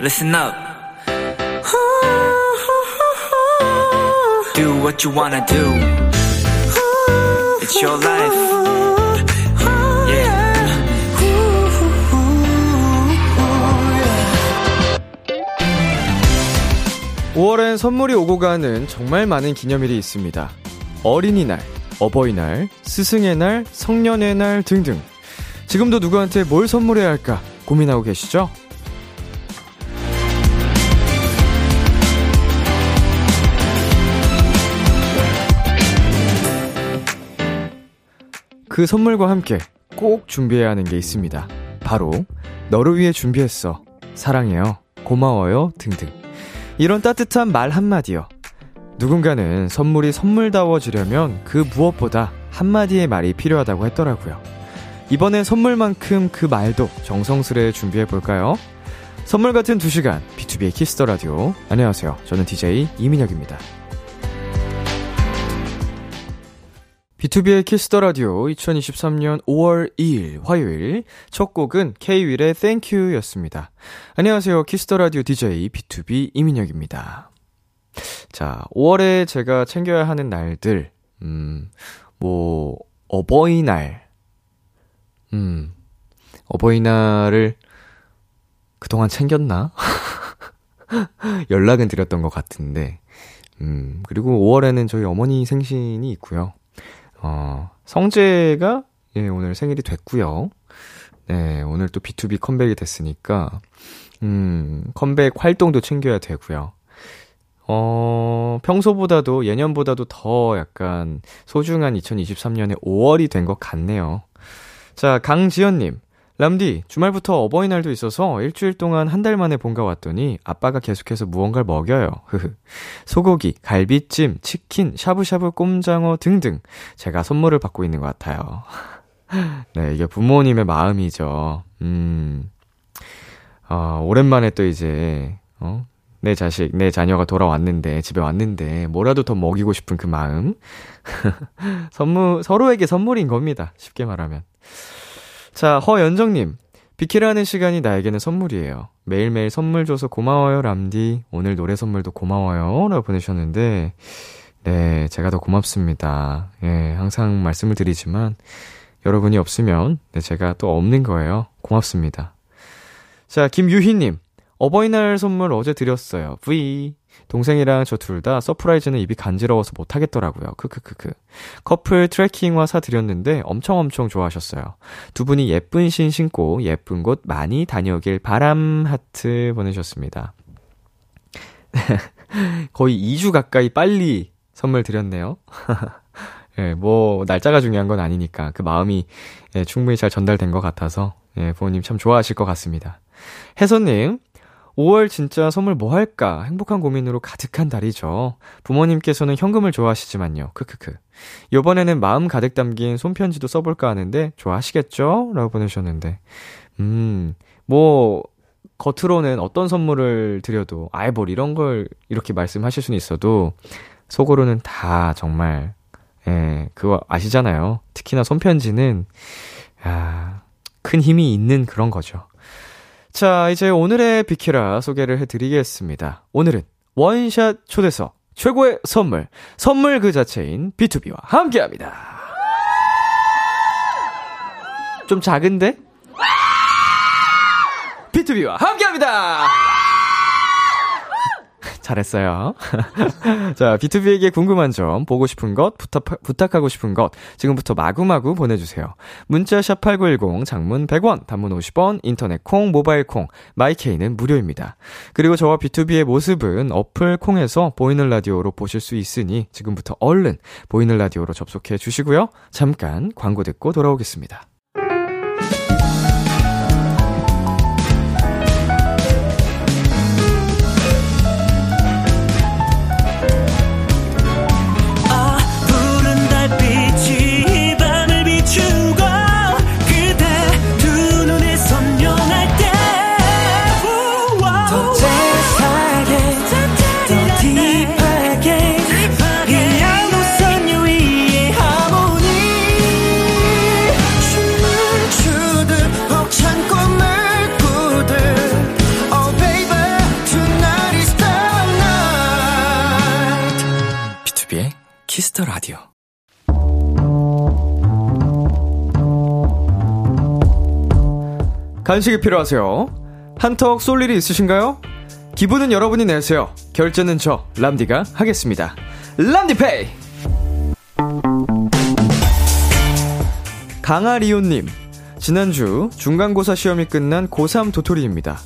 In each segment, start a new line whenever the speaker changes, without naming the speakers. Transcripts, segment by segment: listen up. Do what you wanna do. It's your life. Yeah.
오월엔 선물이 오고 가는 정말 많은 기념일이 있습니다. 어린이날, 어버이날, 스승의 날, 성년의 날 등등. 지금도 누구한테 뭘 선물해야 할까 고민하고 계시죠? 그 선물과 함께 꼭 준비해야 하는 게 있습니다. 바로 너를 위해 준비했어. 사랑해요. 고마워요. 등등. 이런 따뜻한 말 한마디요. 누군가는 선물이 선물다워지려면 그 무엇보다 한마디의 말이 필요하다고 했더라고요. 이번엔 선물만큼 그 말도 정성스레 준비해 볼까요? 선물 같은 2시간 B2B의 키스터 라디오. 안녕하세요. 저는 DJ 이민혁입니다. B2B의 키스터 라디오 2023년 5월 2일 화요일 첫 곡은 K-윌의 Thank You였습니다. 안녕하세요. 키스터 라디오 DJ B2B 이민혁입니다. 자, 5월에 제가 챙겨야 하는 날들, 음, 뭐, 어버이날, 음, 어버이날을 그동안 챙겼나? 연락은 드렸던 것 같은데, 음, 그리고 5월에는 저희 어머니 생신이 있고요. 어, 성재가, 예, 오늘 생일이 됐고요. 네, 오늘 또 B2B 컴백이 됐으니까, 음, 컴백 활동도 챙겨야 되고요. 어, 평소보다도, 예년보다도 더 약간 소중한 2023년의 5월이 된 것 같네요. 자, 강지연님. 람디, 주말부터 어버이날도 있어서 일주일 동안 한 달 만에 본가 왔더니 아빠가 계속해서 무언가를 먹여요. 흐흐. 소고기, 갈비찜, 치킨, 샤브샤브 꼼장어 등등 제가 선물을 받고 있는 것 같아요. 네, 이게 부모님의 마음이죠. 음. 아, 오랜만에 또 이제, 어? 내 자식, 내 자녀가 돌아왔는데, 집에 왔는데, 뭐라도 더 먹이고 싶은 그 마음. 선물, 서로에게 선물인 겁니다. 쉽게 말하면. 자, 허연정님. 비키라는 시간이 나에게는 선물이에요. 매일매일 선물 줘서 고마워요, 람디. 오늘 노래 선물도 고마워요. 라고 보내셨는데, 네, 제가 더 고맙습니다. 예, 항상 말씀을 드리지만, 여러분이 없으면 네, 제가 또 없는 거예요. 고맙습니다. 자, 김유희님. 어버이날 선물 어제 드렸어요. V. 동생이랑 저 둘 다 서프라이즈는 입이 간지러워서 못하겠더라고요. 크크크크. 커플 트레킹화 사드렸는데 엄청 엄청 좋아하셨어요. 두 분이 예쁜 신 신고 예쁜 곳 많이 다녀오길 바람 하트 보내셨습니다. 거의 2주 가까이 빨리 선물 드렸네요. 예, 뭐, 날짜가 중요한 건 아니니까 그 마음이 예, 충분히 잘 전달된 것 같아서 예, 부모님 참 좋아하실 것 같습니다. 혜선님, 5월 진짜 선물 뭐 할까? 행복한 고민으로 가득한 달이죠. 부모님께서는 현금을 좋아하시지만요. 크크크. 요번에는 마음 가득 담긴 손편지도 써볼까 하는데 좋아하시겠죠? 라고 보내셨는데. 음, 뭐, 겉으로는 어떤 선물을 드려도, 아이, 뭘 이런 걸 이렇게 말씀하실 수는 있어도, 속으로는 다 정말, 예, 그거 아시잖아요. 특히나 손편지는, 아, 큰 힘이 있는 그런 거죠. 자, 이제 오늘의 비키라 소개를 해드리겠습니다. 오늘은 원샷 초대석 최고의 선물, 선물 그 자체인 B2B와 함께 합니다. 좀 작은데? B2B와 함께 합니다! 잘했어요. 자, B2B에게 궁금한 점, 보고 싶은 것, 부탁, 부탁하고 싶은 것, 지금부터 마구마구 보내주세요. 문자샵 8910, 장문 100원, 단문 50원, 인터넷 콩, 모바일 콩, 마이케이는 무료입니다. 그리고 저와 B2B의 모습은 어플 콩에서 보이는 라디오로 보실 수 있으니 지금부터 얼른 보이는 라디오로 접속해 주시고요. 잠깐 광고 듣고 돌아오겠습니다.
아 푸른 달빛이 이 밤을 비추고 그대 두 눈에 선명할 때더 재밌하게 더 딥하게 이 양도 선유 위의 하모니 Oh
키스터 라디오.
간식이 필요하세요? 한턱 쏠 일이 있으신가요? 기분은 여러분이 내세요. 결제는 저 람디가 하겠습니다. 람디페이. 강아리오님 지난주 중간고사 시험이 끝난 고3 도토리입니다.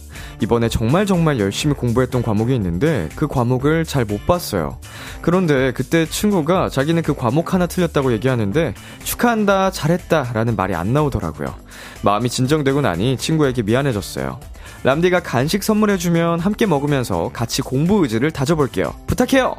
이번에 정말 정말 열심히 공부했던 과목이 있는데 그 과목을 잘 못 봤어요. 그런데 그때 친구가 자기는 그 과목 하나 틀렸다고 얘기하는데 축하한다, 잘했다 라는 말이 안 나오더라고요. 마음이 진정되고 나니 친구에게 미안해졌어요. 람디가 간식 선물해주면 함께 먹으면서 같이 공부 의지를 다져볼게요. 부탁해요!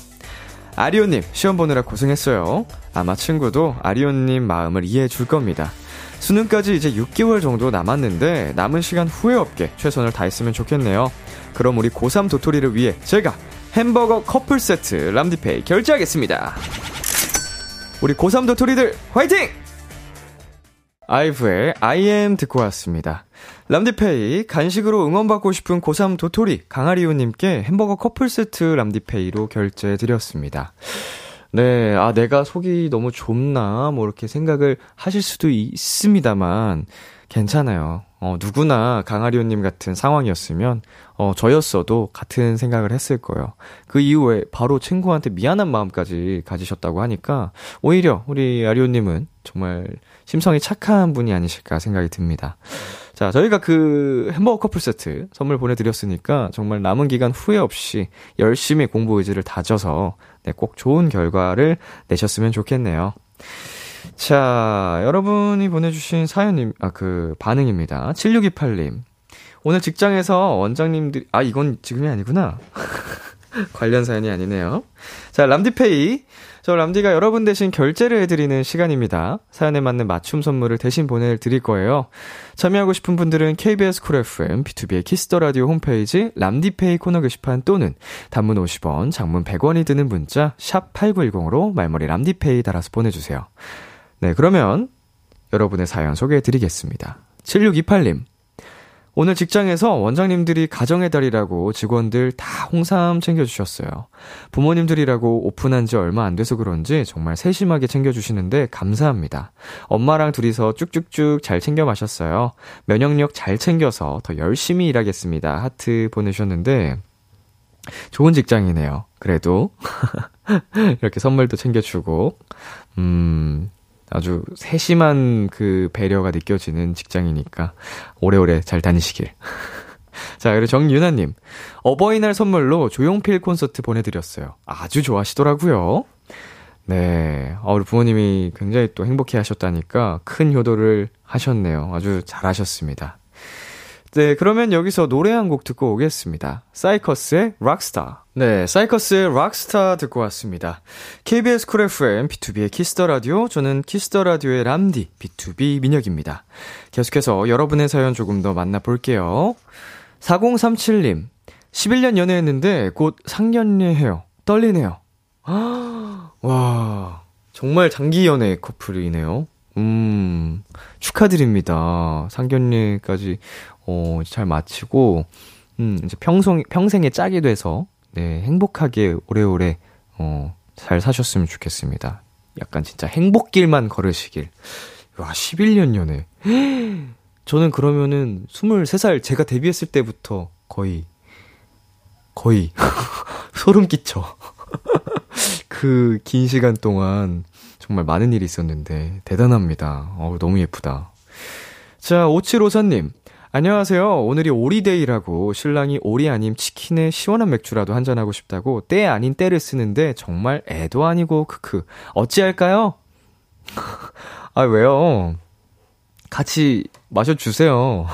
아리오님, 시험 보느라 고생했어요. 아마 친구도 아리오님 마음을 이해해 줄 겁니다. 수능까지 이제 6개월 정도 남았는데 남은 시간 후회 없게 최선을 다했으면 좋겠네요. 그럼 우리 고3 도토리를 위해 제가 햄버거 커플 세트 람디페이 결제하겠습니다. 우리 고3 도토리들 화이팅! 아이브의 I am 듣고 왔습니다. 람디페이 간식으로 응원받고 싶은 고3 도토리 강아리우님께 햄버거 커플 세트 람디페이로 결제해드렸습니다. 네, 아, 내가 속이 너무 좁나, 뭐, 이렇게 생각을 하실 수도 있습니다만, 괜찮아요. 어, 누구나 강아리오님 같은 상황이었으면, 어, 저였어도 같은 생각을 했을 거예요. 그 이후에 바로 친구한테 미안한 마음까지 가지셨다고 하니까, 오히려 우리 아리오님은 정말 심성이 착한 분이 아니실까 생각이 듭니다. 자, 저희가 그 햄버거 커플 세트 선물 보내드렸으니까 정말 남은 기간 후회 없이 열심히 공부 의지를 다져서 네, 꼭 좋은 결과를 내셨으면 좋겠네요. 자, 여러분이 보내주신 사연님, 아, 그, 반응입니다. 7628님. 오늘 직장에서 원장님들이, 아, 이건 지금이 아니구나. 관련 사연이 아니네요. 자, 람디페이. 저 람디가 여러분 대신 결제를 해드리는 시간입니다. 사연에 맞는 맞춤 선물을 대신 보내드릴 거예요. 참여하고 싶은 분들은 KBS 쿨 FM, B2B의 키스터 라디오 홈페이지 람디페이 코너 게시판 또는 단문 50원, 장문 100원이 드는 문자 샵 8910으로 말머리 람디페이 달아서 보내주세요. 네, 그러면 여러분의 사연 소개해드리겠습니다. 7628님. 오늘 직장에서 원장님들이 가정의 달이라고 직원들 다 홍삼 챙겨주셨어요. 부모님들이라고 오픈한 지 얼마 안 돼서 그런지 정말 세심하게 챙겨주시는데 감사합니다. 엄마랑 둘이서 쭉쭉쭉 잘 챙겨 마셨어요. 면역력 잘 챙겨서 더 열심히 일하겠습니다. 하트 보내셨는데, 좋은 직장이네요. 그래도. 이렇게 선물도 챙겨주고, 음, 아주 세심한 그 배려가 느껴지는 직장이니까 오래오래 잘 다니시길. 자, 그리고 정유나님. 어버이날 선물로 조용필 콘서트 보내드렸어요. 아주 좋아하시더라고요. 네. 어, 우리 부모님이 굉장히 또 행복해 하셨다니까 큰 효도를 하셨네요. 아주 잘하셨습니다. 네, 그러면 여기서 노래 한 곡 듣고 오겠습니다. 사이커스의 락스타. 네, 사이커스의 락스타 듣고 왔습니다. KBS 쿨 FM, B2B의 키스터 라디오, 저는 키스터 라디오의 람디, B2B 민혁입니다. 계속해서 여러분의 사연 조금 더 만나볼게요. 4037님, 11년 연애했는데 곧 상견례해요. 떨리네요. 와, 정말 장기 연애 커플이네요. 음, 축하드립니다. 상견례까지, 어, 잘 마치고, 음, 이제 평생, 평생의 짝이 돼서, 네, 행복하게 오래오래, 어, 잘 사셨으면 좋겠습니다. 약간 진짜 행복길만 걸으시길. 와, 11년 연애. 저는 그러면은 23살 제가 데뷔했을 때부터 거의, 거의, 소름 끼쳐. 그 긴 시간 동안 정말 많은 일이 있었는데 대단합니다. 어우, 너무 예쁘다. 자, 5754님. 안녕하세요. 오늘이 오리데이라고 신랑이 오리 아님 치킨에 시원한 맥주라도 한잔하고 싶다고 때 아닌 때를 쓰는데 정말 애도 아니고 크크. 어찌할까요? 아, 왜요? 같이 마셔주세요.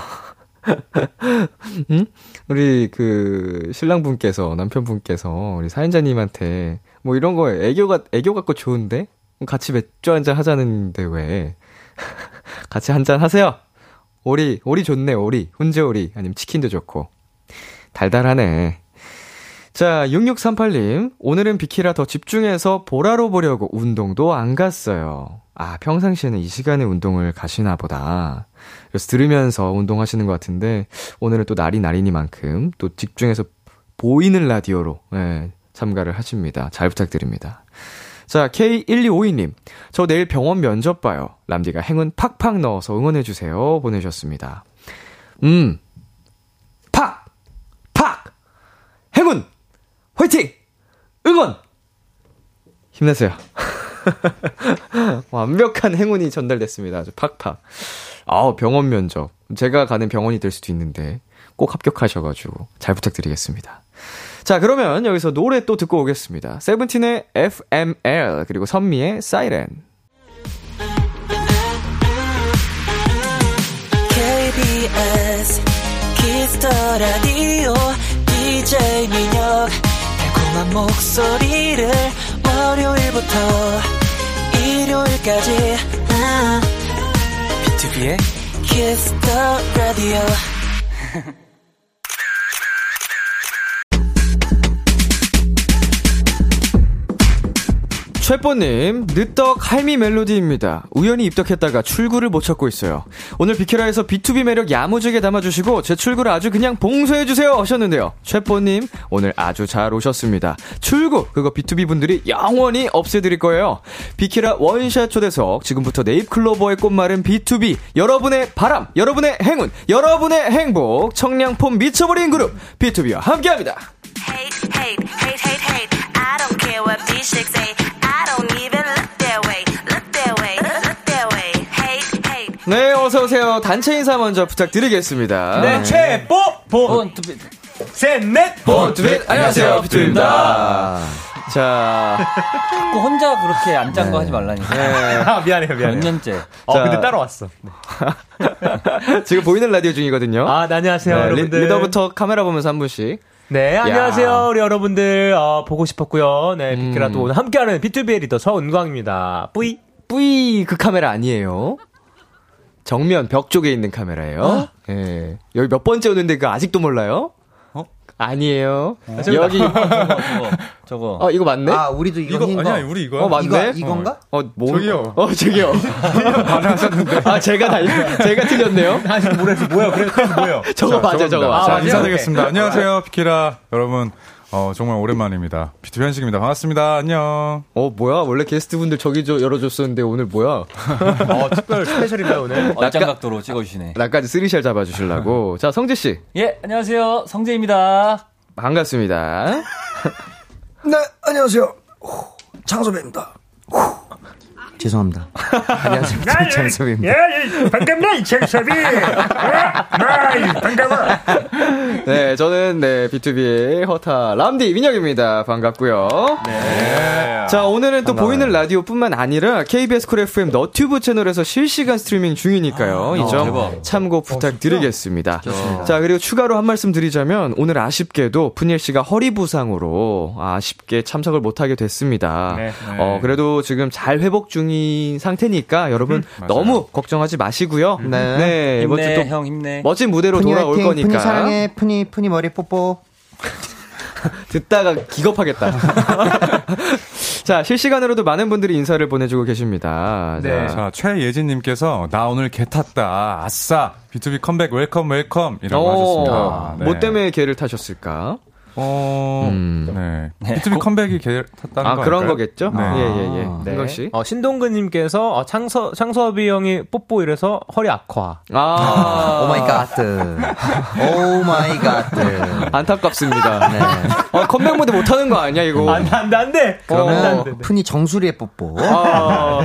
응? 우리 그 신랑분께서 남편분께서 우리 사연자님한테 뭐 이런 거 애교가 애교 같고 좋은데 같이 맥주 한잔 하자는데 왜 같이 한잔 하세요. 오리 오리 좋네 오리 훈제 오리 아니면 치킨도 좋고 달달하네. 자, 6638님. 오늘은 비키라 더 집중해서 보라로 보려고 운동도 안 갔어요. 아, 평상시에는 이 시간에 운동을 가시나 보다. 그래서 들으면서 운동하시는 것 같은데, 오늘은 또 날이 날이니만큼 또 집중해서 보이는 라디오로, 예, 참가를 하십니다. 잘 부탁드립니다. 자, K1252님. 저 내일 병원 면접 봐요. 람디가 행운 팍팍 넣어서 응원해주세요. 보내셨습니다. 음. 팍! 팍! 행운! 화이팅! 응원! 힘내세요. 완벽한 행운이 전달됐습니다. 아주 팍팍. 아우, 병원 면접. 제가 가는 병원이 될 수도 있는데 꼭 합격하셔가지고 잘 부탁드리겠습니다. 자, 그러면 여기서 노래 또 듣고 오겠습니다. 세븐틴의 FML, 그리고 선미의 사이렌.
KBS 키스터 라디오 DJ 민혁 달콤한 목소리를 월요일부터 일요일까지 아,
BTOB의
키스터 라디오
최뽀님, 늦덕 할미 멜로디입니다. 우연히 입덕했다가 출구를 못 찾고 있어요. 오늘 비케라에서 B2B 매력 야무지게 담아주시고 제 출구를 아주 그냥 봉쇄해주세요 하셨는데요. 최뽀님, 오늘 아주 잘 오셨습니다. 출구, 그거 B2B 분들이 영원히 없애드릴 거예요. 비케라 원샷 초대석, 지금부터 네잎클로버의 꽃말은 B2B, 여러분의 바람, 여러분의 행운, 여러분의 행복, 청량폼 미쳐버린 그룹, B2B와 함께합니다.
hate, hate, hate, hate, hate. I don't care what these chicks say. I don't even look their way, look their way, look their way. Hate, hate.
네, 어서오세요. 단체 인사 먼저 부탁드리겠습니다.
네, 최뽀 본, 셋넷 네,
본 투빗 안녕하세요 비투입니다. 자,
자꾸 혼자 그렇게 안 짠 거 하지 말라니까.
아, 미안해요,
몇
미안해요.
년째.
어,
자.
근데 따로 왔어.
지금 보이는 라디오 중이거든요.
아, 네, 안녕하세요,
네, 리,
여러분들.
리더부터 카메라 보면서 한 분씩.
네, 안녕하세요, 우리 여러분들. 어, 보고 싶었고요. 네, 비키라
음.
또 오늘 함께하는 B2B의 리더 서은광입니다. 뿌이.
뿌이 그 카메라 아니에요. 정면 벽 쪽에 있는 카메라예요. 예. 여기 몇 번째 오는데 그 아직도 몰라요? 아니에요. 여기
저거, 저거, 저거.
어 이거 맞네.
아 우리도 이거
이거
흰 거.
아니야 우리 이거야
어 맞네.
이거 이건가?
어 뭐?
저기요.
어 저기요. 아 제가 다 제가 틀렸네요.
뭐야, 그래, 뭐예요?
저거 맞아 저거
자,
맞아.
인사드리겠습니다 안녕하세요 비키라 여러분 어, 정말 오랜만입니다 비투비 현식입니다 반갑습니다 안녕
어 뭐야 원래 게스트분들 저기 저 열어줬었는데 오늘 뭐야?
어, 특별 스페셜인가요, 오늘? 어,
얼짱 각도로 찍어주시네.
나까지 쓰리셀 잡아주시려고. 자, 성재씨.
예, 안녕하세요. 성재입니다.
반갑습니다.
네 안녕하세요. 창섭입니다. 죄송합니다. 안녕하세요. 창섭입니다.
반갑네, 잭섭이! 반가워!
네, 저는, 네, B2B의 허타 람디 민혁입니다. 반갑고요 자, 오늘은 또 보이는 라디오 뿐만 아니라 KBS 쿨 FM 너튜브 채널에서 실시간 스트리밍 중이니까요. 이 점
대박.
참고 부탁드리겠습니다. 자, 그리고 추가로 한 말씀 드리자면 오늘 아쉽게도 푸니엘 씨가 허리 부상으로 아쉽게 참석을 못하게 됐습니다.
네.
어, 그래도 지금 잘 회복 중인 상태니까 여러분 너무 걱정하지 마시고요. 네. 이번 주
힘내,
또뭐
형 힘내.
멋진 무대로
푸니
돌아올
화이팅,
거니까
푸니 사랑해. 푸니 푸니 머리 뽀뽀.
듣다가 기겁하겠다. 자 실시간으로도 많은 분들이 인사를 보내주고 계십니다.
네.
자,
자 최예진님께서 나 오늘 개 탔다 아싸 비투비 컴백 웰컴 웰컴 이라고 하셨습니다 네.
뭐 때문에 개를 타셨을까? 아,
어,
음.
네. 비투비 컴백이 개 탔다는
아
거
그런
아닐까요?
거겠죠?
네.
예예예.
네.
은광 씨.
어, 신동근님께서, 어, 창서, 창섭이 형이 뽀뽀 이래서 허리 악화.
아
오 마이 갓. 오 마이 갓. 네.
안타깝습니다. 어, 컴백 무대 못 하는 거 아니야 이거?
안 돼, 안 돼, 어. 안 돼! 안 돼,
그러면
안 돼.
어, 푸니 정수리에 뽀뽀.
아,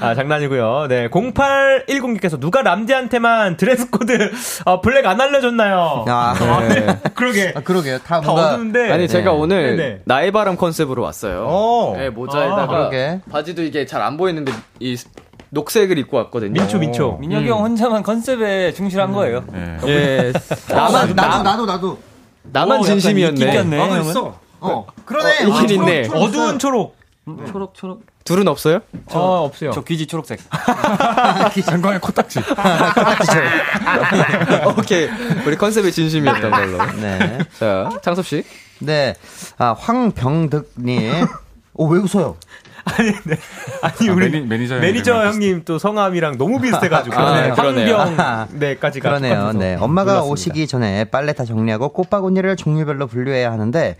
아, 장난이고요. 네, 0810님께서 누가 람디한테만 드레스 코드 어, 블랙 안 알려줬나요?
아,
네.
그러게.
아, 그러게요. 다
다
뭔가
어두운데.
아니 제가 오늘
네, 네.
나의 바람 컨셉으로 왔어요.
오.
네, 모자에다가
아,
그러게.
바지도 이게 잘 안 보이는데 이 녹색을 입고 왔거든요.
민초, 음. 민초.
어, 민혁이 형 혼자만 컨셉에 충실한 거예요.
네.
예. 나만
나도
나,
나도 나도 나도.
만 진심이었네.
네,
아,
형은?
있어.
어 그러네.
이길 있네.
어두운 초록.
초록, 초록.
둘은 없어요?
아, 없어요.
저 귀지 초록색.
아,
장광의 코딱지
오케이. 우리 컨셉의 진심이었던 걸로.
네.
자, 창섭 씨.
네. 아 황병득님. 어왜 웃어요?
아니, 네. 아니,
아,
우리
매니- 매니저 형님
매니저
이름이
형님 또 성함이랑 너무 비슷해가지고.
아,
네,
네, 그러네요.
아하.
황병, 네,까지가.
그러네요. 네. 엄마가 오시기 전에 빨래 다 정리하고 꽃바구니를 종류별로 분류해야 하는데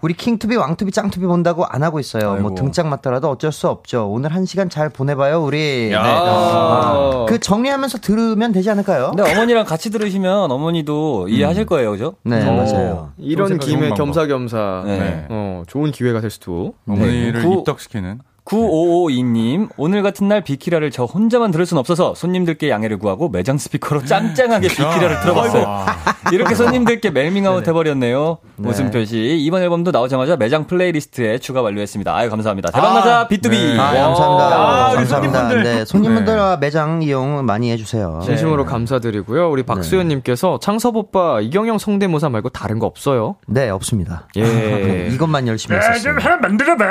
우리 킹투비, 왕투비, 짱투비 본다고 안 하고 있어요. 뭐 등짝 맞더라도 어쩔 수 없죠. 오늘 한 시간 잘 보내봐요, 우리. 네. 아, 그 정리하면서 들으면 되지 않을까요?
근데 어머니랑 같이 들으시면 어머니도 이해하실 거예요, 그죠?
네, 맞아요.
이런
생각,
김에
좋은 방법.
겸사겸사
네.
어, 좋은 기회가 될 수도.
어머니를
구-
입덕시키는
9552님, 오늘 같은 날 비키라를 저 혼자만 들을 순 없어서 손님들께 양해를 구하고 매장 스피커로 짱짱하게 비키라를
아.
들어봤어요. 이렇게 손님들께 멜밍아웃 해버렸네요. 웃음 표시. 이번 앨범도 나오자마자 매장 플레이리스트에 추가 완료했습니다. 아유, 감사합니다. 대박나사 비투비.
네.
아,
와.
감사합니다.
아, 우리
감사합니다.
손님분들.
네, 손님분들과 매장 이용 많이 해주세요.
네.
진심으로 감사드리고요. 우리 박수현님께서 창섭 오빠 이경영 성대모사 말고 다른 거 없어요?
네, 없습니다. 아,
예.
이것만 열심히 네. 했었어요.
하나 만들어봐.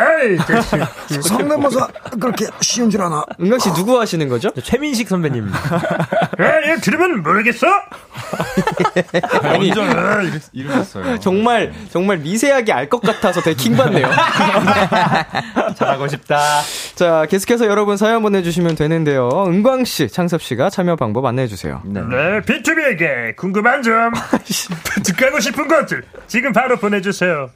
네, 성대모사 그렇게 쉬운 줄 아나?
은강 씨 누구 하시는 거죠?
최민식 선배님.
예, 들으면 모르겠어?
완전 이랬어요.
정말 정말 미세하게 알 것 같아서 되게 킹받네요.
잘하고 싶다.
자, 계속해서 여러분 사연 보내주시면 되는데요. 은광 씨, 창섭 씨가 참여 방법 안내해 주세요.
네, 비투비에게 궁금한 점, 듣고 싶은 것들 지금 바로 보내주세요.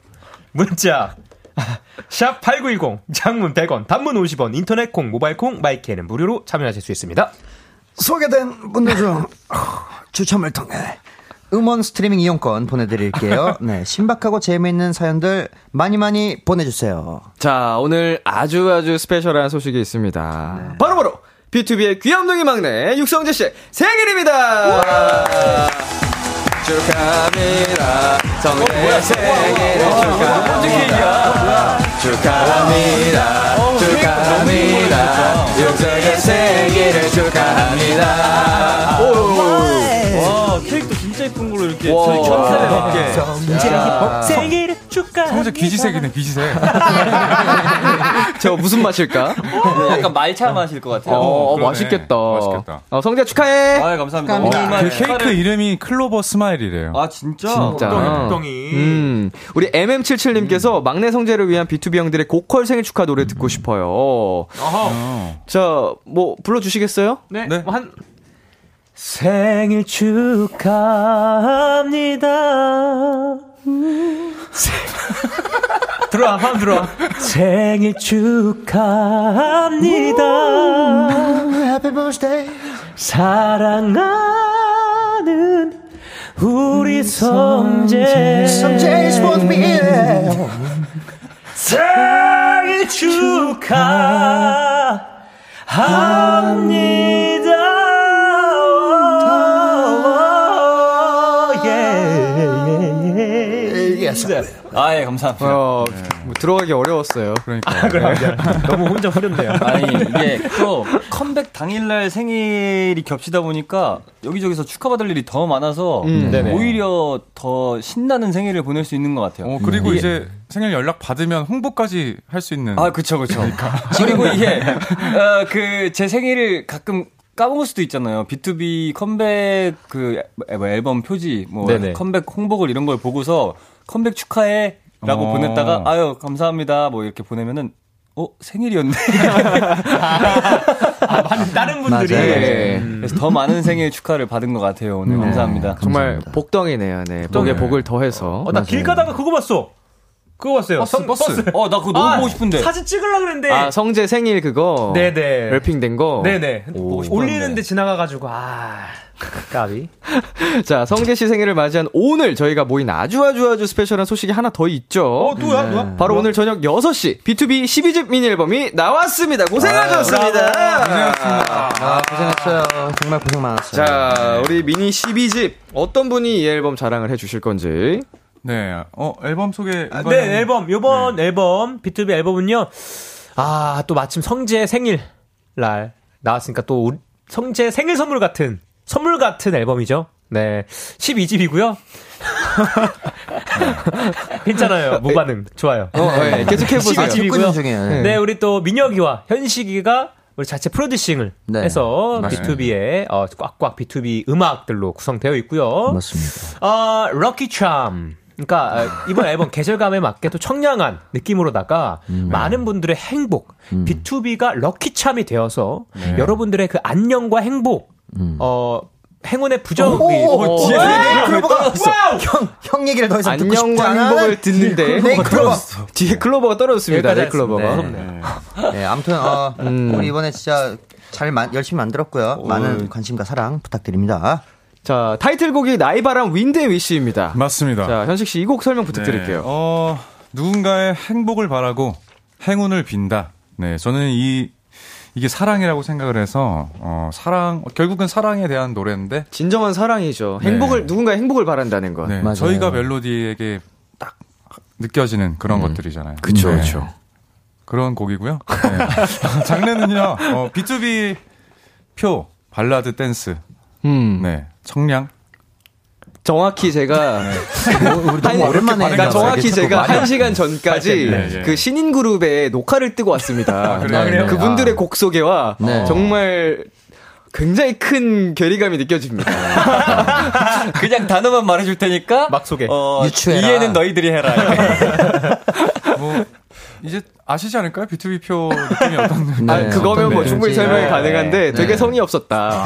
문자. 샵 8910, 장문 100원, 단문 50원, 인터넷 콩, 모바일 콩, 마이크에는 무료로 참여하실 수 있습니다.
소개된 분들 중 추첨을 통해 음원 스트리밍 이용권 보내드릴게요. 네, 신박하고 재미있는 사연들 많이 많이 보내주세요.
자, 오늘 아주 아주 스페셜한 소식이 있습니다. 바로바로 B2B의 귀염둥이 막내 육성재 씨 생일입니다. 축하합니다.
어,
성재 생일을 축하합니다. 축하합니다. 축하합니다. 육성재
어,
생일을 축하합니다.
와, 케이크도 진짜 예쁜 걸로 이렇게.
와.
저희 천사에 맞게.
성재 귀지색이네 귀지색.
저 무슨 맛일까?
어, 약간 말차 마실 것 같아요.
어,
그러네.
맛있겠다.
맛있겠다.
어, 성재 축하해.
아유, 감사합니다. 어머니만
그
축하를-
케이크 이름이 클로버 스마일이래요.
아, 진짜?
진짜.
똥이.
음, 우리 MM77님께서 막내 성재를 위한 B2B 형들의 고퀄 생일 축하 노래 듣고 싶어요.
어.
자, 뭐 불러주시겠어요?
네.
네.
뭐 한. 생일 축하합니다. 들어와, 한 들어와. 생일 축하합니다.
Happy birthday.
사랑하는 우리 성재.
Someday it's supposed to be here.
생일 축하합니다.
아, 예, 감사합니다.
어, 뭐 들어가기 어려웠어요.
그러니까.
아, 너무 혼자 흐른대요.
아니 이게 또 컴백 당일날 생일이 겹치다 보니까 여기저기서 축하받을 일이 더 많아서
음, 네네.
오히려 더 신나는 생일을 보낼 수 있는 것 같아요.
어, 그리고
예.
이제 생일 연락 받으면 홍보까지 할 수 있는.
아 그쵸 그쵸. 그리고 이게 어, 그 제 생일을 가끔 까먹을 수도 있잖아요. B2B 컴백 그 앨- 뭐 앨범 표지 뭐
네네.
컴백 홍보글 이런 걸 보고서 컴백 축하해. 라고
어.
보냈다가 아유 감사합니다 뭐 이렇게 보내면은 어 생일이었네
다른 분들이.
맞아요.
네.
그래서 더 많은 생일 축하를 받은 것 같아요 오늘 감사합니다
정말 복덩이네요. 네. 복에 복을 더해서.
어, 나 길 가다가 그거 봤어. 그거 봤어요.
버스, 버스.
어, 나 그거 너무
아,
보고 싶은데.
사진 찍으려고 그랬는데.
아, 성재 생일 그거.
네네.
랩핑 된 거.
네네.
보고 싶었는데.
올리는데 지나가가지고, 아. 까비.
자, 성재 씨 생일을 맞이한 오늘 저희가 모인 아주 아주 아주 스페셜한 소식이 하나 더 있죠. 네.
어, 또야, 또야.
바로 오늘 저녁 6시 B2B 12집 미니 앨범이 나왔습니다. 고생하셨습니다. 네.
아, 고생했어요. 정말 고생 많았어요.
자, 우리 미니 12집 어떤 분이 이 앨범 자랑을 해 주실 건지.
네. 어 앨범 소개.
아,
이번엔-
네, 앨범. 요번 앨범, 비투비 앨범은요. 아, 또 마침 성재 생일 날 나왔으니까 또 우리- 성재 생일 선물 같은, 선물 같은 앨범이죠. 네. 12집이고요. 괜찮아요. 무반응. 좋아요.
어, 예, 계속해 보세요.
12집 이고요.
듣고 있는 중이에요. 네.
네, 우리 또 민혁이와 현식이가 우리 자체 프로듀싱을
네.
해서
맞아요.
B2B의 어, 꽉꽉 B2B 음악들로 구성되어 있고요.
맞습니다.
어, 럭키 참. 그러니까 어, 이번 앨범 계절감에 맞게 또 청량한 느낌으로다가
음, 네.
많은 분들의 행복,
네. 음.
B2B가 럭키 참이 되어서 여러분들의 그 안녕과 행복, 어, 행운의 부정이 네.
어,
예.
뒤에
클로버가 형, 형 얘기를 더 이상 듣고 싶지
안녕과
않아.
행복을 듣는데
네, 클로버.
뒤에 클로버가 떨어졌습니다.
여기까지
네, 클로버가.
하겠습니다. 네.
네, 아무튼 어, 우리 이번에 진짜 잘 마- 열심히 만들었고요. 많은 관심과 사랑 부탁드립니다.
자, 타이틀곡이 나이바람 윈드의 위시입니다.
맞습니다.
자, 현식 씨 이 곡 설명
네,
부탁드릴게요.
어, 누군가의 행복을 바라고 행운을 빈다. 네, 저는 이 이게 사랑이라고 생각을 해서 어, 사랑 결국은 사랑에 대한 노래인데
진정한 사랑이죠. 행복을 누군가의 행복을 바란다는 것.
네, 저희가 멜로디에게 딱 느껴지는 그런 것들이잖아요.
음. 그쵸,
네,
그쵸.
그런 곡이고요. 네. 장르는요. 어, B2B 표 발라드 댄스.
음.
네. 청량.
정확히 제가
네. 어, 우리 너무
한-
오랜만에
그러니까
얘기하는
정확히
거예요.
제가
많이
한 시간 전까지
네, 네.
그 신인 그룹의 녹화를 뜨고 왔습니다.
그래요?
네,
그래요?
그분들의
아.
곡 소개와
네.
정말 굉장히 큰 괴리감이 느껴집니다.
그냥 단어만 말해줄 테니까
막 소개.
어,
유추해라.
이해는 너희들이 해라.
뭐 이제 아시지 않을까요? B2B 표 느낌이 어떤
아,
네,
그거면
어떤
뭐 충분히
매력인지.
설명이
네.
가능한데 되게 성의 없었다.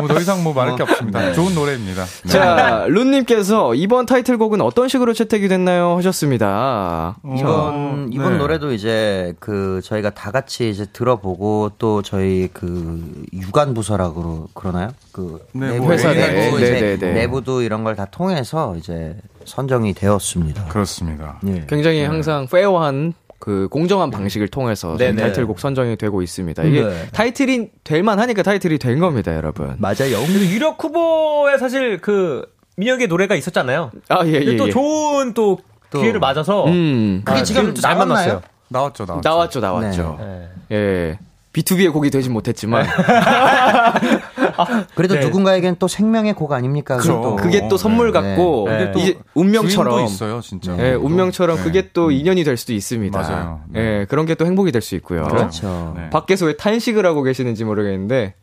뭐더 이상 뭐 말할 게 없습니다. 좋은 노래입니다. 네.
자, 룬님께서 이번 타이틀곡은 어떤 식으로 채택이 됐나요? 하셨습니다.
이번
어,
이번
네.
노래도 이제 그 저희가 다 같이 이제 들어보고 또 저희 그 유관 부서라고 그러나요? 그
네,
내부
뭐 회사
내부
내-
이제
네, 네, 네.
내부도 이런 걸 다 통해서 이제 선정이 되었습니다.
그렇습니다.
예.
굉장히 항상 페어한 그 공정한 방식을 통해서 저희
네네.
타이틀곡 선정이 되고 있습니다. 이게
네.
타이틀이 될 만하니까 타이틀이 된 겁니다, 여러분.
맞아요.
그리고 유력 후보에 사실 그 민혁의 노래가 있었잖아요.
아, 예,
근데
예.
또
예.
좋은 또,
또.
기회를 맞아서
음.
그게 지금
잘
나왔나요?
만났어요.
나왔죠, 나왔죠.
나왔죠, 나왔죠.
네.
예. B2B의 곡이 되진 못했지만
그래도
네.
누군가에겐 또 생명의 곡 아닙니까?
그렇죠.
또.
그게 또
어,
선물
네.
같고
네. 그게 또
이제
주인도
운명처럼
있어요, 진짜.
예, 운명처럼
네.
그게 또 인연이 될 수도 있습니다.
맞아요. 네.
예, 그런 게 또 행복이 될 수 있고요.
그렇죠.
네.
밖에서 왜 탄식을 하고 계시는지 모르겠는데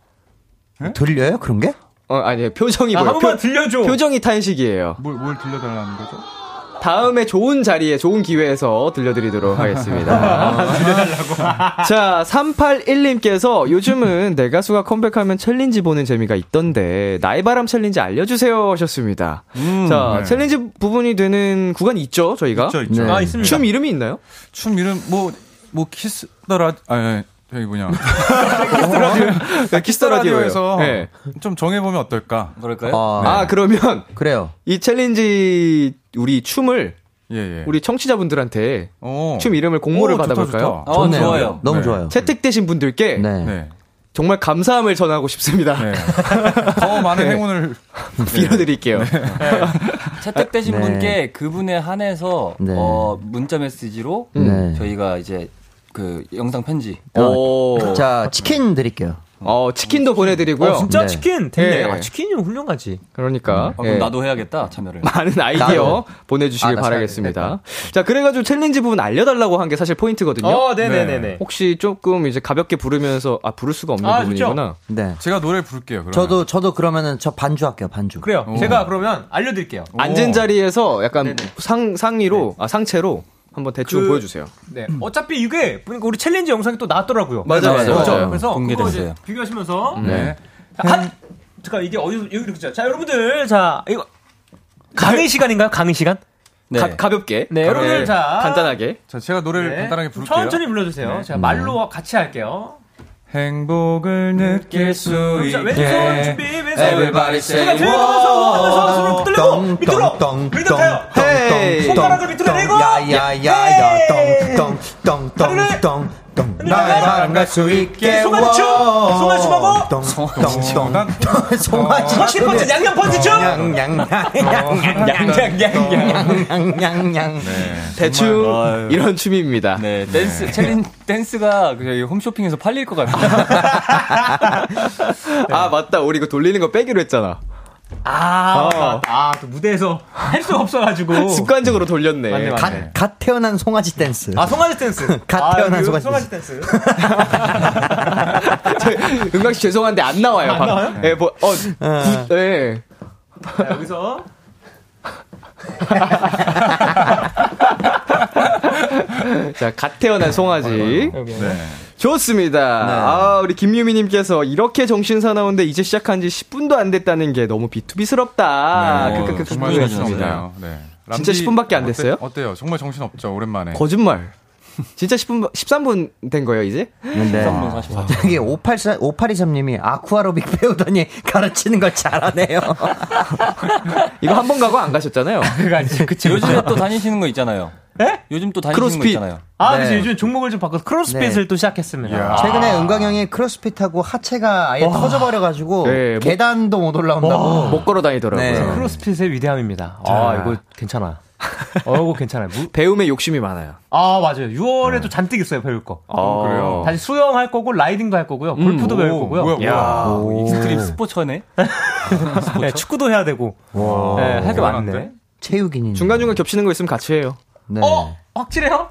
들려요? 그런 게?
어, 아니, 표정이
아, 한
뭐예요?
번만
표-
들려줘.
표정이 탄식이에요.
뭘, 뭘 들려달라는 거죠?
다음에 좋은 자리에 좋은 기회에서 들려드리도록 하겠습니다. 들려달라고. 자, 381님께서 요즘은 내 가수가 컴백하면 챌린지 보는 재미가 있던데 나이바람 챌린지 알려주세요 하셨습니다.
음,
자,
네.
챌린지 부분이 되는 구간이 네. 있죠, 저희가?
있죠, 있죠.
아, 있습니다.
춤 이름이 있나요?
춤 이름, 뭐, 뭐, 키스더라, 아니, 예, 저기 뭐냐.
네, 키스터 라디오예요.
키스더라디오에서
네.
좀 정해보면 어떨까?
그럴까요?
아,
아, 그러면
그래요.
이 챌린지 우리 춤을
예, 예.
우리 청취자분들한테
어.
춤 이름을 공모를
오, 좋다,
받아볼까요?
좋다.
어,
좋네요.
좋아요.
너무
네.
좋아요.
채택되신 분들께
네.
네.
정말 감사함을 전하고 싶습니다.
네. 더 많은 행운을.
빌어드릴게요.
채택되신
네.
분께 그분에 한해서
네.
어, 문자 메시지로
네.
저희가 이제 그 영상 편지
오.
자, 치킨 드릴게요.
어, 치킨도 보내드리고요.
어, 진짜
네.
치킨 됐네.
예.
아, 치킨이면 훌륭하지.
그러니까.
어, 그럼
예.
나도 해야겠다 참여를.
많은 아이디어 보내주시길
아, 나
바라겠습니다. 자, 그래가지고 챌린지 부분 알려달라고 한 게 사실 포인트거든요.
어, 네네네네.
혹시 조금 이제 가볍게 부르면서, 아, 부를 수가 없는
아,
부분이구나.
네.
제가 노래 부를게요, 그러면.
저도 저도 그러면은 저 반주 할게요. 반주.
그래요. 제가 그러면 알려드릴게요.
앉은 자리에서 약간 상, 상의로, 아, 상체로 한번 대충
그-
보여주세요.
네. 어차피 이게 보니까 우리 챌린지 영상이 또 나왔더라고요.
맞아요,
그래서
맞아요.
그렇죠. 그래서 그거
공개됐어요.
이제 비교하시면서
네.
한 잠깐 이게 어디 여기 이렇게 자 여러분들 자 이거 강의 시간인가요? 강의 시간?
네.
가, 가볍게.
네, 여러분들
네,
자.
간단하게.
자, 제가 노래를
네.
간단하게 부를게요.
천천히 불러주세요. 제가 말로 같이 할게요.
행복을 느낄 수
음. 자,
있게. 어,
왼손 준비, 왼손.
네,
Everybody
제가
say
들면서 하면서 손을 끌고 밑으로 밑으로 가요.
헤이.
손가락을 밑으로 내고
야야야야
헤이. 하늘을
똥똥똥똥똥똥
나의 바람
갈수 있게
송아지춤! 송아지춤하고
똥똥똥똥
퍼치 퍼치 양념 퍼치춤.
양양양양양양양양양양
대충
아유.
이런 춤입니다.
네 댄스 챌린 댄스가 그 저희 홈쇼핑에서 팔릴 것 같아요.
아, 맞다. 우리 이거 돌리는 거 빼기로 했잖아. 아,
아, 아또 무대에서 할 수가 없어가지고.
습관적으로 돌렸네.
맞네, 맞네.
갓 태어난 송아지 댄스
아 송아지 댄스.
갓
아,
태어난
그
송아지
송아지 댄스.
은광 씨 죄송한데 안 나와요. 안 나와요? 예, 뭐, 어,
아.
구, 예.
자, 여기서
자, 갓 태어난 송아지.
네.
좋습니다.
네.
아, 우리 김유미님께서 이렇게 정신 사나운데 이제 시작한 지 10분도 안 됐다는 게 너무 비투비스럽다.
네,
크크크크.
정말
좋습니다.
정신없네요. 네.
그, 진짜
람디
10분 밖에 안 됐어요?
어때, 요 정말 정신없죠, 오랜만에.
네. 거짓말. 진짜 10분, 13분 된 거예요, 이제?
근데
아,
이게 584, 5823님이 아쿠아로빅 배우더니 가르치는 걸 잘하네요.
이거 한 번 가고 안 가셨잖아요.
요즘에 또 다니시는 거 있잖아요.
예?
요즘 또 다니시는 거
크로스핏.
있잖아요.
아,
네.
그래서 요즘 종목을 좀 바꿔서 크로스핏을 또 시작했습니다.
이야.
최근에 은광형이 크로스핏하고 하체가 아예 터져버려가지고
네, 목-
계단도 못 올라온다고.
못 걸어 다니더라고요.
네.
크로스핏의 위대함입니다. 아, 이거 괜찮아. 어, 이거 괜찮아요. 무-
배움에 욕심이 많아요.
아, 맞아요. 6월에도 잔뜩 있어요, 배울 거.
어,
그래요?
다시 수영할 거고, 라이딩도 할 거고요. 골프도 배울
오,
거고요.
뭐야, 뭐야.
익스트림 스포츠네.
네, 축구도 해야 되고. 네, 할게 많네.
대단한데?
체육인인.
중간중간 겹치는 거 있으면 같이 해요.
네.
어? 확실해요?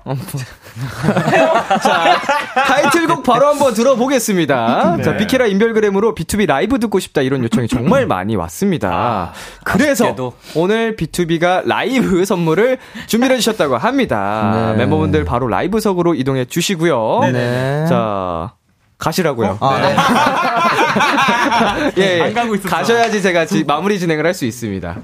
타이틀곡 바로 한번 들어보겠습니다. 자, 비케라 인별그램으로 B2B 라이브 듣고 싶다 이런 요청이 정말 많이 왔습니다. 그래서
아쉽게도.
오늘 B2B가 라이브 선물을 준비해 주셨다고 합니다.
네.
멤버분들 바로 라이브석으로 이동해 주시고요.
네.
자, 가시라고요.
아, 네.
예,
안 가고 있었어.
가셔야지 제가 지- 마무리 진행을 할 수 있습니다.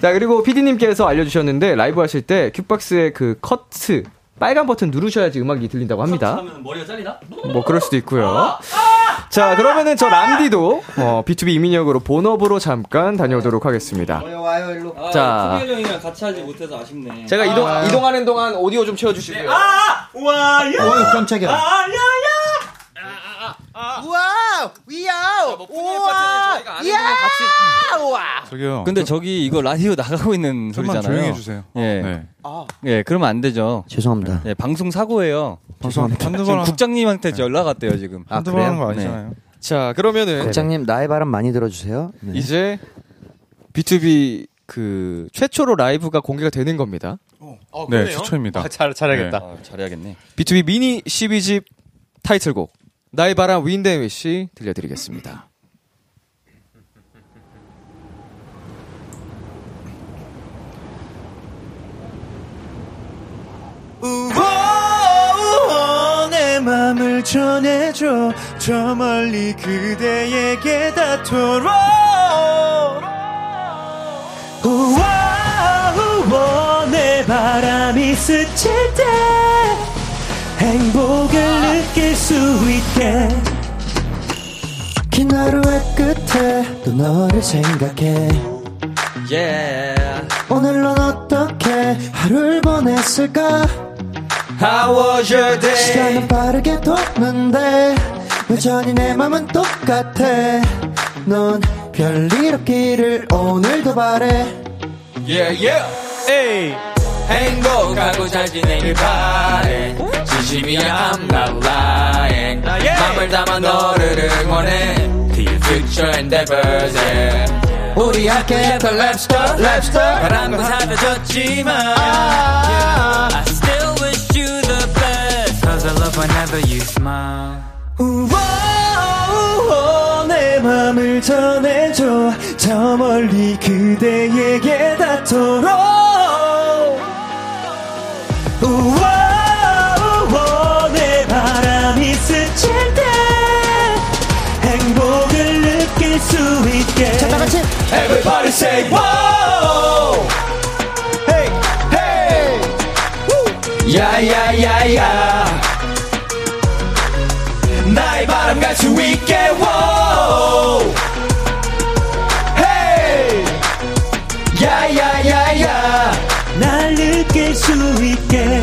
자, 그리고 PD님께서 알려주셨는데, 라이브 하실 때, 큐박스의 그 커트, 빨간 버튼 누르셔야지 음악이 들린다고 합니다.
머리가 잘리나?
뭐, 그럴 수도 있고요. 자, 그러면은 저 람디도, 어, B2B 이민혁으로 본업으로 잠깐 다녀오도록 하겠습니다.
와요, 일로.
아,
자.
자. 형이랑 같이 하지 못해서 아쉽네.
제가 이동, 이동하는 동안 오디오 좀 채워주시고요.
아,
어휴, 깜짝이야. 와우! 위아우!
저기요.
근데 저기 이거 라디오 나가고 있는
좀만
소리잖아요.
조용히 해주세요.
예.
네.
예, 그러면 안 되죠.
죄송합니다.
예, 방송 사고예요.
죄송합니다. 한두 번,
지금 국장님한테 연락 왔대요, 네. 지금.
아,
한두 번 하는 거
그래요?
아니잖아요.
자,
네.
그러면은,
국장님, 나의 바람 많이 들어주세요. 네.
이제, B2B 그, 최초로 라이브가 공개가 되는 겁니다.
아,
네, 최초입니다.
잘, 잘하겠다.
아, 잘해야겠네.
B2B 미니 12집 타이틀곡 나의 바람 윈데위 씨 들려드리겠습니다.
우와, 내 맘을 전해줘 저 멀리 그대에게 닿도록 우와, 우와, 내 바람이 스칠 때 행복을 느낄 수 있게
긴 하루의 끝에 또 너를 생각해
예.
오늘 넌 어떻게 하루를 보냈을까
How was your
시간은 빠르게 돕는데 여전히 내 맘은 똑같아 넌 별일 없기를 오늘도 바래
예,
Yeah, yeah. Hey. 행복하고 잘 지내길 바래 진심이야 I'm not lying 맘을 담아 너를 응원해 Till future endeavors yeah. 우리 함께 했던 랩스터 랩스터 바람과 사라졌지만 I still wish you the best Cause I love whenever you smile 우와, 내 맘을 전해줘 저 멀리 그대에게 닿도록 우와, 내 바람이 스칠 때 행복을 느낄 수 있게 자,
다같이
Everybody say wow Hey hey Woo. 야야야야 나의 바람 갈수 있게 wow Hey 야야야야 날 느낄 수 있게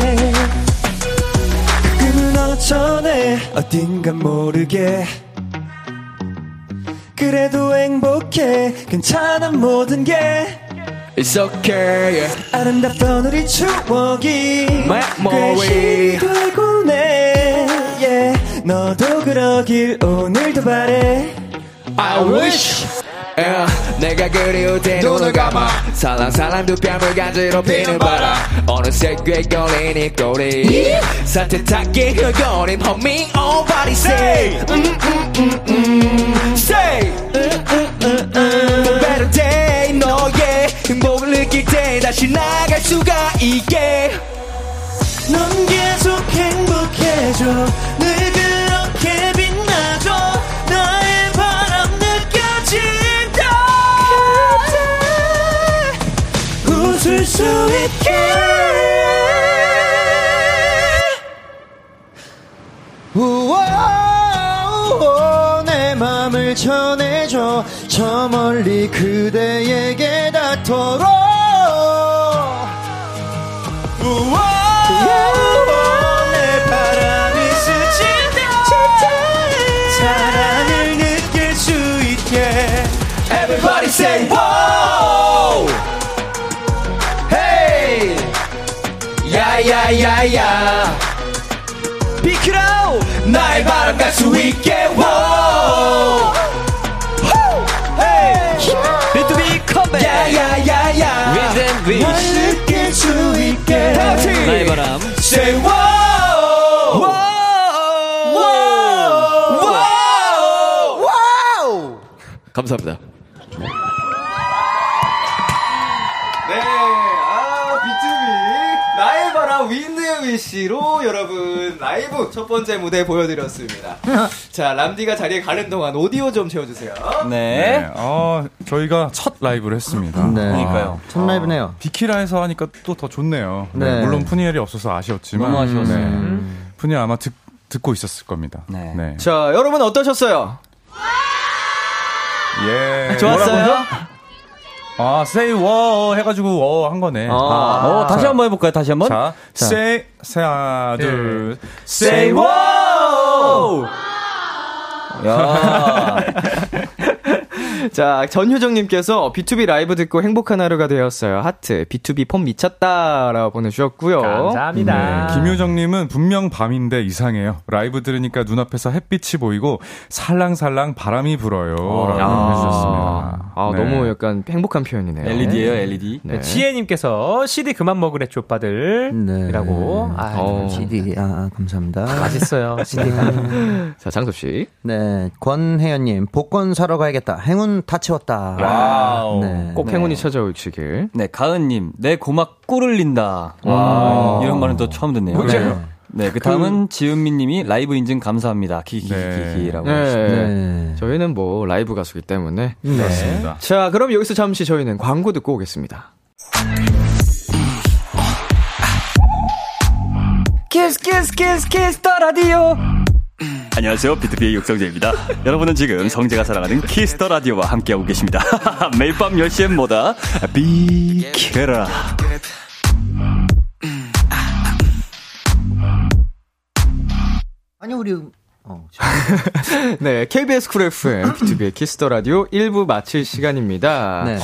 가끔은 어쩌네 어딘가 모르게 그래도 행복해 괜찮아 모든 게 It's okay 아름답던 우리 추억이 그 괜시 되고 내 yeah. 너도 그러길 오늘도 바래 I wish 내가 그리울 때 눈을 감아 사랑 사랑 두 뺨을 간지럽히는 바람 어느새 꿰걸린 입꼬리 산뜻하게 흘거림 humming all body say 음, 음, 음, 음. say For better day 너의 행복을 느낄 때 다시 나갈 수가 있게 넌 계속
해줘 늘 그렇게 빛나줘 나의 바람 느껴진다 그대 웃을 수 있게
우와, 우와, 내 맘을 전해줘 저 멀리 그대에게 닿도록 우와, 내 바람이 스친다 사랑을 느낄 수 있게 Everybody say wow Hey 야야야야 비키라우 나의 바람 갈수 있게 wow B2B 컴백 야야야야
Rhythm Wish.
날 느낄 수 있게
나의 바람.
Say wow wow wow wow wow
감사합니다.
네, 아, 비투비. 나의 바람 윈드위시로 여러분 라이브 첫 번째 무대 보여드렸습니다. 자, 람디가 자리에 가는 동안 오디오 좀 채워주세요.
네.
네. 어, 저희가 첫 라이브를 했습니다.
네.
그러니까요.
첫 라이브네요.
비키라에서 하니까 또 더 좋네요.
네.
네, 물론 푸니엘이 없어서 아쉬웠지만.
너무 아쉬웠어요.
네. 푸니엘 아마 듣, 듣고 있었을 겁니다.
네.
자, 여러분 어떠셨어요?
예.
좋았어요?
아, say wow 해가지고 워 한 거네.
아.
어, 다시 한번 해볼까요? 다시 한번.
자, say, say, 하나, 둘,
Say
say wow!
wow! 야,
자, 전효정님께서 B2B 라이브 듣고 행복한 하루가 되었어요. 하트, B2B 폼 미쳤다라고 보내주셨고요.
감사합니다. 네,
김효정님은 분명 밤인데 이상해요. 라이브 들으니까 눈앞에서 햇빛이 보이고 살랑살랑 바람이 불어요. 라고 해주셨습니다.
아,
네.
너무 약간 행복한 표현이네요.
E LED예요, LED.
네.
지혜님께서 CD 그만 먹으래
네.
족빠들이라고. 아,
어.
CD 아, 아, 감사합니다.
맛있어요. CD.
자, 장섭씨.
네, 권혜연님 복권 사러 가야겠다. 행운 다 채웠다.
와우.
네.
꼭
네.
행운이 찾아오시길.
네, 가은님, 내 고막 꿀을 린다. 아, 이런 말은 또 처음 듣네요.
그래요.
네, 그 다음은 지은미님이 라이브 인증 감사합니다. 키키키키라고.
네.
네.
저희는 뭐 라이브 가수기 때문에.
네. 그렇습니다.
자, 그럼 여기서 잠시 저희는 광고 듣고 오겠습니다.
키스 키스 키스 키스 더 라디오. 안녕하세요, 비트비의 육성재입니다. 여러분은 지금 성재가 사랑하는 키스 더 라디오와 함께하고 계십니다. 매일 밤 10시엔 뭐다 비케라.
아니 우리 어,
네, KBS 쿨 FM, BTOB의 키스터 라디오 1부 마칠 시간입니다.
네.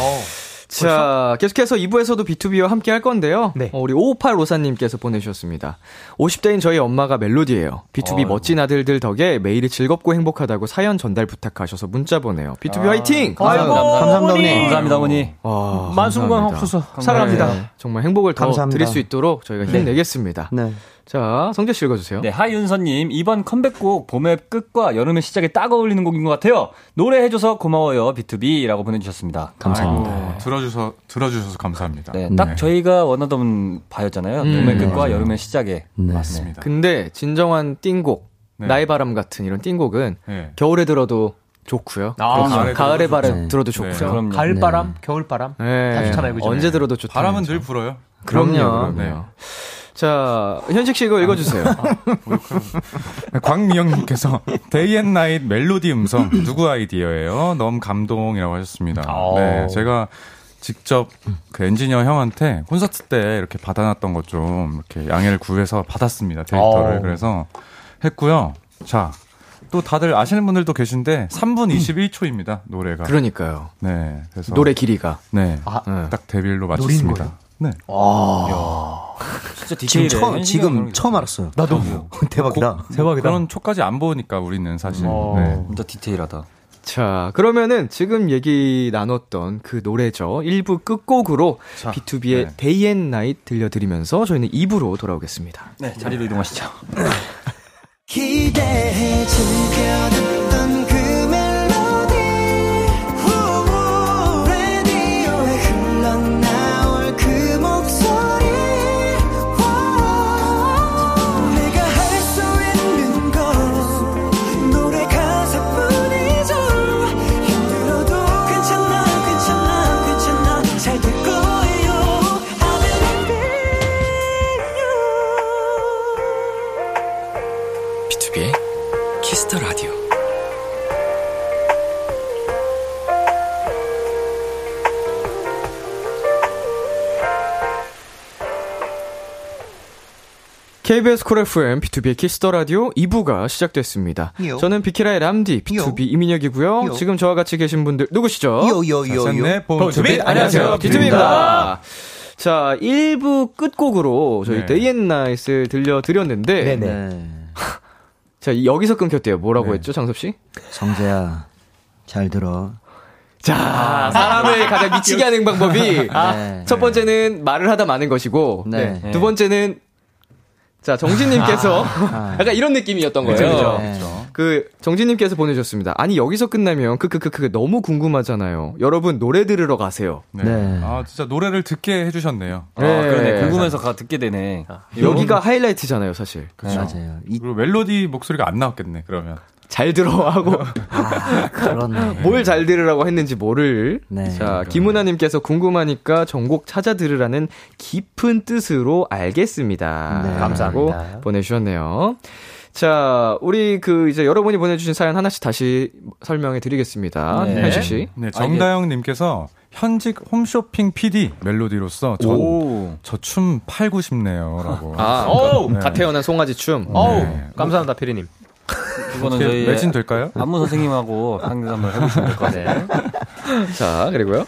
자, 계속해서 2부에서도 B2B와 함께 할 건데요.
네.
어, 우리 55854님께서 보내주셨습니다. 50대인 저희 엄마가 멜로디예요. B2B 멋진 아들들 덕에 매일이 즐겁고 행복하다고 사연 전달 부탁하셔서 문자 보내요. B2B 화이팅!
아이고,
감사합니다,
어머니.
어머니.
감사합니다, 어머니.
와,
만수무강
감사합니다.
없어서 사랑합니다.
네, 정말 행복을 더
감사합니다.
드릴 수 있도록 저희가 힘내겠습니다.
네.
자, 성재 씨 읽어주세요.
네, 하윤선님, 이번 컴백곡 봄의 끝과 여름의 시작에 딱 어울리는 곡인 것 같아요. 노래해줘서 고마워요, 비투비라고 보내주셨습니다.
감사합니다.
어, 들어주셔서, 들어주셔서 감사합니다.
네, 딱 저희가 원하던 바였잖아요.
음.
봄의 끝과 여름의 시작에.
네.
네.
맞습니다.
근데 진정한 띵곡,
네.
나의 바람 같은 이런 띵곡은
네.
겨울에 들어도 좋고요. 그렇죠.
아,
가을에,
가을에
바람
좋죠.
들어도
네,
좋고요.
그럼요.
가을바람, 겨울바람.
네.
다 좋잖아요, 그죠?
언제 들어도 좋다.
바람은 늘 불어요.
그럼요. 그럼요.
네.
자, 현식 씨 이거 읽어주세요.
네. 광미영님께서 데이 앤 나잇 멜로디 음성 누구 아이디어예요? 너무 감동이라고 하셨습니다. 네, 제가 직접 그 엔지니어 형한테 콘서트 때 이렇게 받아놨던 것 좀 이렇게 양해를 구해서 받았습니다 데이터를 그래서 했고요. 자. 또 다들 아시는 분들도 계신데 3분 21초입니다 노래가
그러니까요.
네 그래서 아.
노래 길이가.
네딱
네.
데뷔로 마쳤습니다 네
진짜
지금
디테일에
처음
현실감
지금
그런 게
처음 알았어요. 나도 대박이다.
대박이다.
그런 초까지 안 보니까 우리는 사실 네.
진짜 디테일하다.
자, 그러면은 지금 얘기 나눴던 그 노래죠. 1부 끝곡으로 B2B의
네.
Day and Night 들려드리면서 저희는 2부로 돌아오겠습니다.
네, 자리로 이동하시죠.
기대해 주려 듣던 그 멜로디 후, 라디오에 흘러나올 그 목소리 와, 내가 할 수 있는
KBS 콜 FM, B2B의 키스터 라디오 2부가 시작됐습니다.
요.
저는 비키라의 람디, B2B 이민혁이고요.
요.
지금 저와 같이 계신 분들 누구시죠?
요요요요.
셋넷 본투비
안녕하세요.
비투비입니다.
비투비입니다. 자, 1부 끝곡으로 저희
네.
데이 앤 나잇을 들려드렸는데
네네.
네.
자, 여기서 끊겼대요. 뭐라고
네.
했죠, 장섭 씨?
성재야, 잘 들어.
자, 아,
아,
사람을 가장 미치게 하는 방법이
네.
첫 번째는 말을 하다 마는 것이고
네.
두 번째는 자, 정진님께서 약간 이런 느낌이었던 거예요.
아. 그죠.
네.
그 정진님께서 보내주셨습니다. 아니 여기서 끝나면 그, 크크크크 너무 궁금하잖아요. 여러분 노래 들으러 가세요.
네.
네.
아 진짜 노래를 듣게 해주셨네요.
아, 그러네. 궁금해서 가 듣게 되네.
여기가 하이라이트잖아요, 사실.
맞아요. 이,
그리고 멜로디 목소리가 안 나왔겠네. 그러면
잘 들어하고
그렇네. 아,
뭘 잘 들으라고 했는지 뭐를.
네.
자 김은아님께서 궁금하니까 전곡 찾아 들으라는 깊은 뜻으로 알겠습니다.
네.
라고
감사합니다.
보내주셨네요. 자 우리 그 이제 여러분이 보내주신 사연 하나씩 다시 설명해 드리겠습니다.
네.
현식 씨.
네, 정다영님께서 현직 홈쇼핑 PD 멜로디로서
오.
저춤 팔고 싶네요라고.
아,
어우,
갓 태어난 송아지 춤.
어우,
네.
감사합니다, 피디님.
그거는
어떻게
저희
매진 될까요?
안무 선생님하고 상담 한번 해보시면 될 것 같아요.
자 그리고요.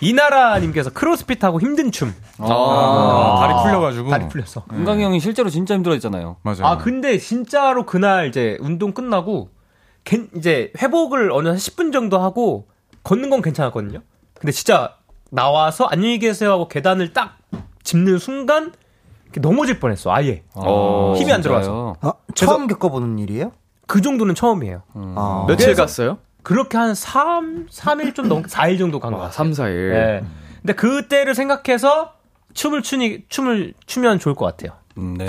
이나라님께서 크로스핏하고 힘든 춤.
아, 다리 풀려가지고.
다리 풀렸어.
은광이 형이 실제로 진짜 힘들어했잖아요.
맞아요.
아, 근데 진짜로 그날 이제 운동 끝나고, 괜- 이제 회복을 어느 한 10분 정도 하고, 걷는 건 괜찮았거든요. 근데 진짜 나와서 안녕히 계세요 하고 계단을 딱 짚는 순간, 이렇게 넘어질 뻔했어, 아예. 힘이 안 들어가서.
어? 처음 겪어보는 일이에요?
그 정도는 처음이에요.
아.
며칠 갔어요?
그렇게 한 3, 3일 좀 넘게, 4일 정도 간 것 같아요.
3, 4일.
예. 근데 그때를 생각해서 춤을 추니 춤을 추면 좋을 것 같아요.
음, 네.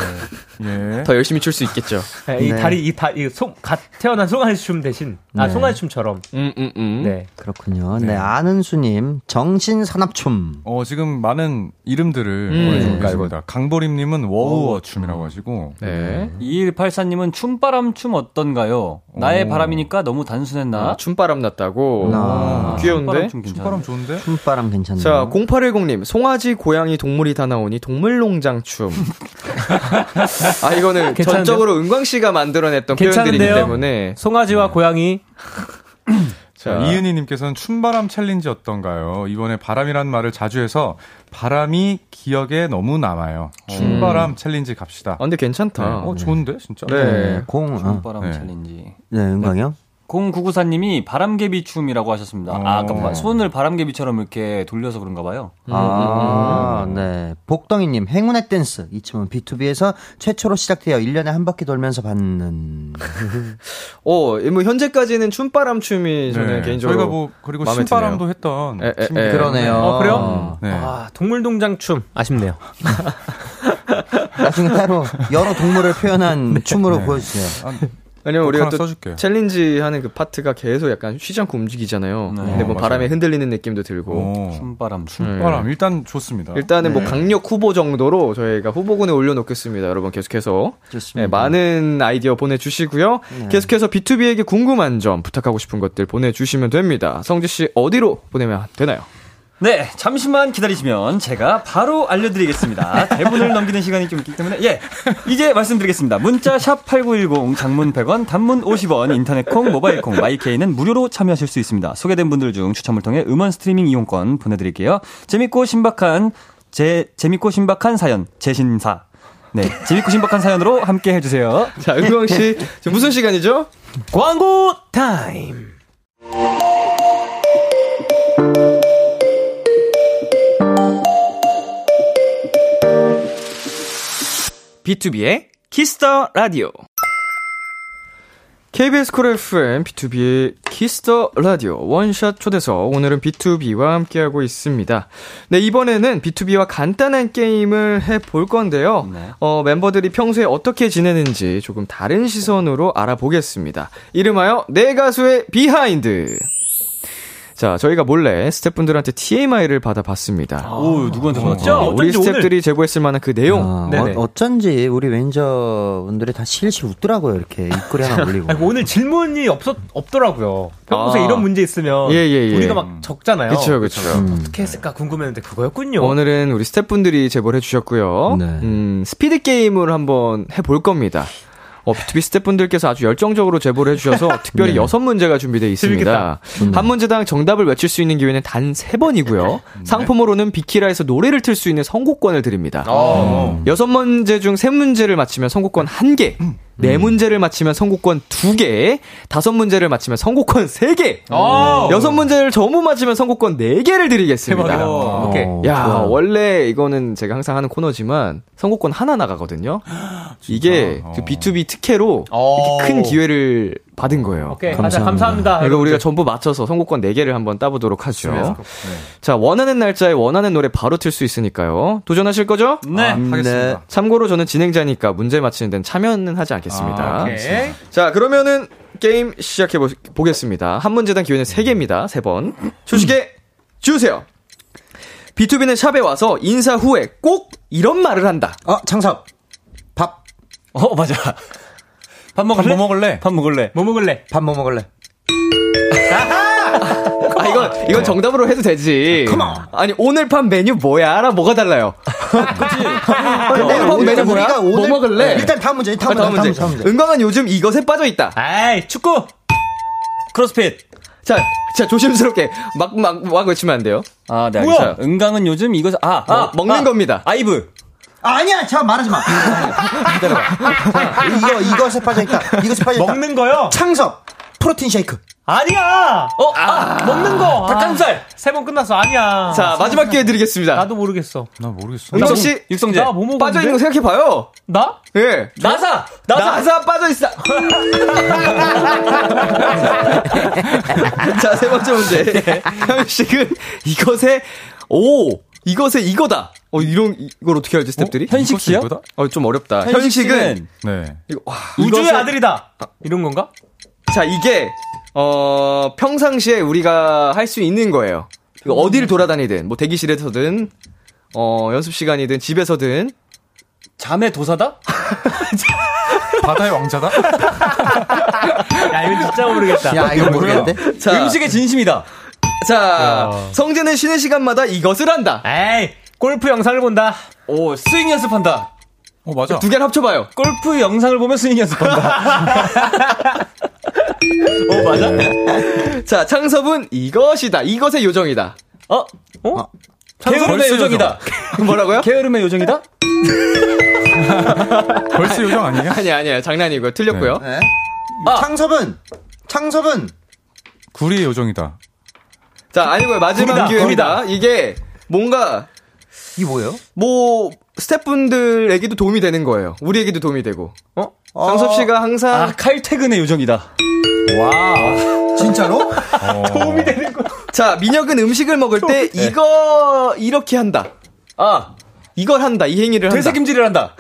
예.
더 열심히 출 수 있겠죠.
예, 이
네.
다리 이다이속갓 태어난 송아지 춤 대신 아
네.
송아지 춤처럼
음, 음, 음.
네.
그렇군요. 네, 아는수님, 정신산업춤.
어, 지금 많은 이름들을
음.
보내주셨습니다. 강보림님은 워우어 춤이라고 하시고.
네.
2184님은 춤바람 춤 어떤가요? 나의 바람이니까 너무 단순했나?
아, 춤바람 났다고.
아.
귀여운데?
춤
춤바람 좋은데?
춤바람 괜찮네요.
음.
자, 0810님, 송아지, 고양이, 동물이 다 나오니 동물농장 춤. 아, 이거는
괜찮은데요?
전적으로 은광씨가 만들어냈던 표현들이기
괜찮은데요?
때문에. 네.
송아지와 고양이
자, 이은희님께서는 춤바람 챌린지 어떤가요? 이번에 바람이라는 말을 자주 해서 바람이 기억에 너무 남아요. 춤바람 챌린지 갑시다.
아, 근데 괜찮다.
어, 좋은데, 진짜?
네.
네, 공, 아,
춤바람
네.
챌린지.
네, 은광이요?
0994님이 바람개비 춤이라고 하셨습니다. 아, 아까
어.
바- 손을 바람개비처럼 이렇게 돌려서 그런가 봐요.
음, 아, 네. 복덩이님, 행운의 댄스. 이 춤은 B2B에서 최초로 시작되어 1년에 한 바퀴 돌면서 받는.
어, 뭐, 현재까지는 춤바람 춤이 저는 개인적으로.
네. 저희가 뭐, 그리고
마음에
춤바람도 했던.
에, 에,
팀이-
에.
그러네요.
어, 그래요?
네.
아 동물농장 춤 아쉽네요.
나중에 따로 여러 동물을 표현한 춤으로 보여주세요.
아,
왜냐면
곡
우리가
하나
또
써줄게요.
챌린지 하는 그 파트가 계속 약간 쉬지 않고 움직이잖아요. 근데 뭐
네. 어, 맞아요.
바람에 흔들리는 느낌도 들고. 네.
오.
춤바람 춤.
춤바람, 어. 일단 좋습니다.
음. 일단은
네.
뭐 강력 후보 정도로 저희가 후보군에 올려놓겠습니다. 여러분 계속해서
좋습니다. 네.
네, 많은 아이디어 보내주시고요. 계속해서 B2B에게 궁금한 점 부탁하고 싶은 것들 보내주시면 됩니다. 성지 씨 어디로 보내면 되나요?
네, 잠시만 기다리시면 제가 바로 알려드리겠습니다. 대본을 넘기는 시간이 좀 있기 때문에 예, 이제 말씀드리겠습니다. 문자 샵 #8910 장문 100원, 단문 50원, 인터넷 콩, 모바일 콩, 마이케이는 무료로 참여하실 수 있습니다. 소개된 분들 중 추첨을 통해 음원 스트리밍 이용권 보내드릴게요. 재밌고 신박한 제 재밌고 신박한 사연 제신사. 네, 재밌고 신박한 사연으로 함께 해주세요.
자, 은광 씨 지금 무슨 시간이죠?
광고 타임.
B2B의 키스터 라디오. KBS 쿨 FM B2B의 키스터 라디오 원샷 초대석 오늘은 B2B와 함께하고 있습니다. 네 이번에는 B2B와 간단한 게임을 해볼 건데요.
네.
어, 멤버들이 평소에 어떻게 지내는지 조금 다른 시선으로 알아보겠습니다. 이름하여 내 가수의 비하인드. 네 자, 저희가 몰래 스태프분들한테 TMI를 받아봤습니다.
오, 누구한테
진짜?
전화?
우리
어쩐지 오늘-
스태프들이 제보했을 만한 그 내용.
아,
네네.
어, 어쩐지 우리 매니저분들이 다 실실 웃더라고요 이렇게 입꼬리 하나 올리고
아니, 그 오늘 질문이 없었, 없더라고요. 평소에
아.
이런 문제 있으면
예, 예, 예.
우리가 막 적잖아요. 음.
그쵸, 그쵸.
어떻게 했을까 궁금했는데 그거였군요.
오늘은 우리 스태프분들이 제보를 해주셨고요.
네.
음, 스피드 게임을 한번 해볼 겁니다. 어, B2B 스태프분들께서 아주 열정적으로 제보를 해주셔서 특별히 여섯 문제가 준비되어 있습니다. 한 문제당 정답을 외칠 수 있는 기회는 단 세 번이고요. 상품으로는 비키라에서 노래를 틀 수 있는 선곡권을 드립니다.
아.
여섯 문제 중 세 문제를 맞히면 선곡권 한 개, 네 문제를 맞히면 선곡권 두 개, 다섯 문제를 맞히면 선곡권 세 개, 여섯 문제를 전부 맞히면 선곡권 네 개를 드리겠습니다.
아. 대박이다. 오케이.
야, 원래 이거는 제가 항상 하는 코너지만 선곡권 하나 나가거든요. 이게
진짜?
그
어.
B2B 특혜로
어.
이렇게 큰 기회를 받은 거예요.
오케이. 감사합니다. 감사합니다.
이거 우리가 전부 맞춰서 선곡권 4개를 한번 따보도록 하죠.
네.
자, 원하는 날짜에 원하는 노래 바로 틀 수 있으니까요. 도전하실 거죠?
네.
네.
참고로 저는 진행자니까 문제 맞히는 데는 참여는 하지 않겠습니다.
아, 오케이.
자, 그러면은 게임 시작해 보- 보겠습니다. 한 문제당 기회는 3개입니다. 3번. 조식에 주세요. B2B는 샵에 와서 인사 후에 꼭 이런 말을 한다.
어 창섭 밥
어, 맞아. 밥 먹을래?
뭐 먹을래?
밥 먹을래?
뭐 먹을래?
밥 뭐 먹을래?
아, 이건, 이건 정답으로 해도 되지. 아니, 오늘 밤 메뉴 뭐야?라 뭐가 달라요. 아니, 오늘 밤 메뉴
일단
뭐야?
우리가
뭐
오늘-
먹을래?
일단 다음 문제 다음
아, 다음 문제.
문제 다음 문제, 다음 문제.
은광은 요즘 이것에 빠져 있다.
아이, 축구!
크로스핏.
자, 자, 조심스럽게. 막, 막, 막 외치면 안 돼요.
아, 네,
뭐야?
알겠어요. 은강은 요즘 이거, 아, 아,
어, 먹는
아,
겁니다.
아이브.
아, 아니야 자 말하지 마 기다려봐 이거 이것에 빠져있다 이것에 빠져있다
먹는 거요?
창섭 프로틴 쉐이크
아니야!
어, 아,
먹는 거!
닭가슴살.
세 번 끝났어. 아니야.
자, 마지막 기회 드리겠습니다.
나도 모르겠어.
나 모르겠어.
은광 씨,
육성재.
나 뭐 먹었는데?
빠져있는 거 생각해봐요.
나?
예.
네?
나사! 나사!
나사 빠져있어. 자, 세 번째 문제. 현식은 이것에, 오! 이것에 이거다! 어, 이런, 이걸 어떻게 알지, 스탭들이?
어? 현식 씨요?
이거다?
어, 좀 어렵다.
현식
현식은,
씨는
네.
이거- 와,
우주의
이것에-
아들이다. 이런 건가?
자, 이게, 어, 평상시에 우리가 할 수 있는 거예요. 이거 어디를 돌아다니든, 뭐 대기실에서든, 어, 연습 시간이든, 집에서든,
잠의 도사다?
바다의 왕자다?
야, 이거 진짜 모르겠다.
야 이거 모르겠는데 네.
자,
음식의 진심이다.
자, 성재는 쉬는 시간마다 이것을 한다.
에이, 골프 영상을 본다.
오, 스윙 연습한다.
어, 맞아.
두 개를 합쳐봐요.
골프 영상을 보면 스윙 연습한다. 오, 맞아?
자, 창섭은 이것이다. 이것의 요정이다.
어?
어?
게으름의
벌써
요정이다.
뭐라고요?
게으름의 요정이다?
벌스 요정 아니에요?
아니 아니야 장난이고요 틀렸고요.
네. 창섭은 창섭은
구리의 요정이다.
자 아니고요 마지막
구리다,
기회입니다. 이게 뭔가
이게 뭐예요?
뭐 스태프분들에게도 도움이 되는 거예요. 우리에게도 도움이 되고. 어? 장섭 씨가 항상
아, 칼퇴근의 요정이다. 그러니까.
진짜로?
도움이 되는
자 민혁은 음식을 먹을 때 이거 이렇게 한다.
아,
이걸 한다. 이 행위를 한다.
되새김질을 한다.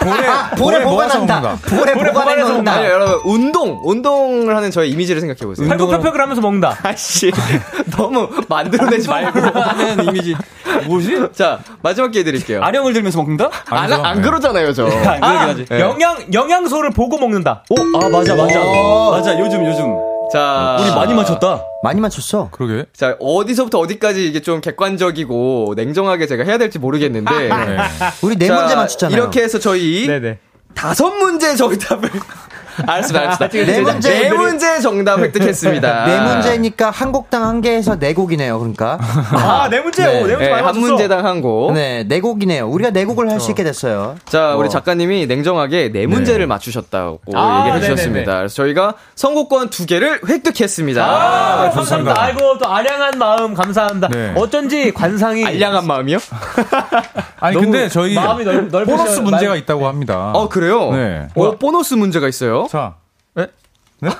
볼에,
아, 볼에 보관한다. 볼에
보관해서
아니
보관해놓는다.
여러분 운동 운동을 하는 저의 이미지를 생각해 보세요.
팔굽혀펴기를 하면서 먹는다.
아씨 너무 만들어내지 말고.
하는 이미지. 뭐지?
자 마지막 기회 드릴게요.
아령을 들면서 먹는다?
안,
그럼,
안
네.
그러잖아요 저.
아, 안 그러긴 하지.
영양, 영양소를 보고 먹는다.
오, 아, 맞아, 맞아. 맞아, 요즘, 요즘.
어, 자
우리 많이 맞췄다.
많이 맞췄어.
그러게.
자, 어디서부터 어디까지 이게 좀 객관적이고 냉정하게 제가 해야 될지 모르겠는데.
네.
우리 네
자,
문제 맞췄잖아요.
이렇게 해서 저희
네네.
다섯 문제 정답을. 알았습니다, 알았습니다.
네 문제.
네 문제 정답 획득했습니다.
네 문제니까 한 곡당 한 개에서 네 곡이네요. 그러니까
아, 네 문제. 오, 네 문제
네,
많이
한
맞췄어.
문제당 한 곡.
네, 네 곡이네요. 우리가 네 곡을 할 수 있게 됐어요. 뭐.
자, 우리 작가님이 냉정하게 네 문제를 맞추셨다고
아,
얘기해
네네네.
주셨습니다. 그래서 저희가 선곡권 두 개를 획득했습니다.
아, 감사합니다.
감사합니다.
아이고, 또 아량한 마음 감사합니다.
네.
어쩐지 관상이.
알량한 마음이요?
아니,
너무
근데 저희
마음이 넓, 넓
보너스 문제가 있다고 합니다.
어, 그래요?
네.
어, 보너스 문제가 있어요?
자. 네? 네?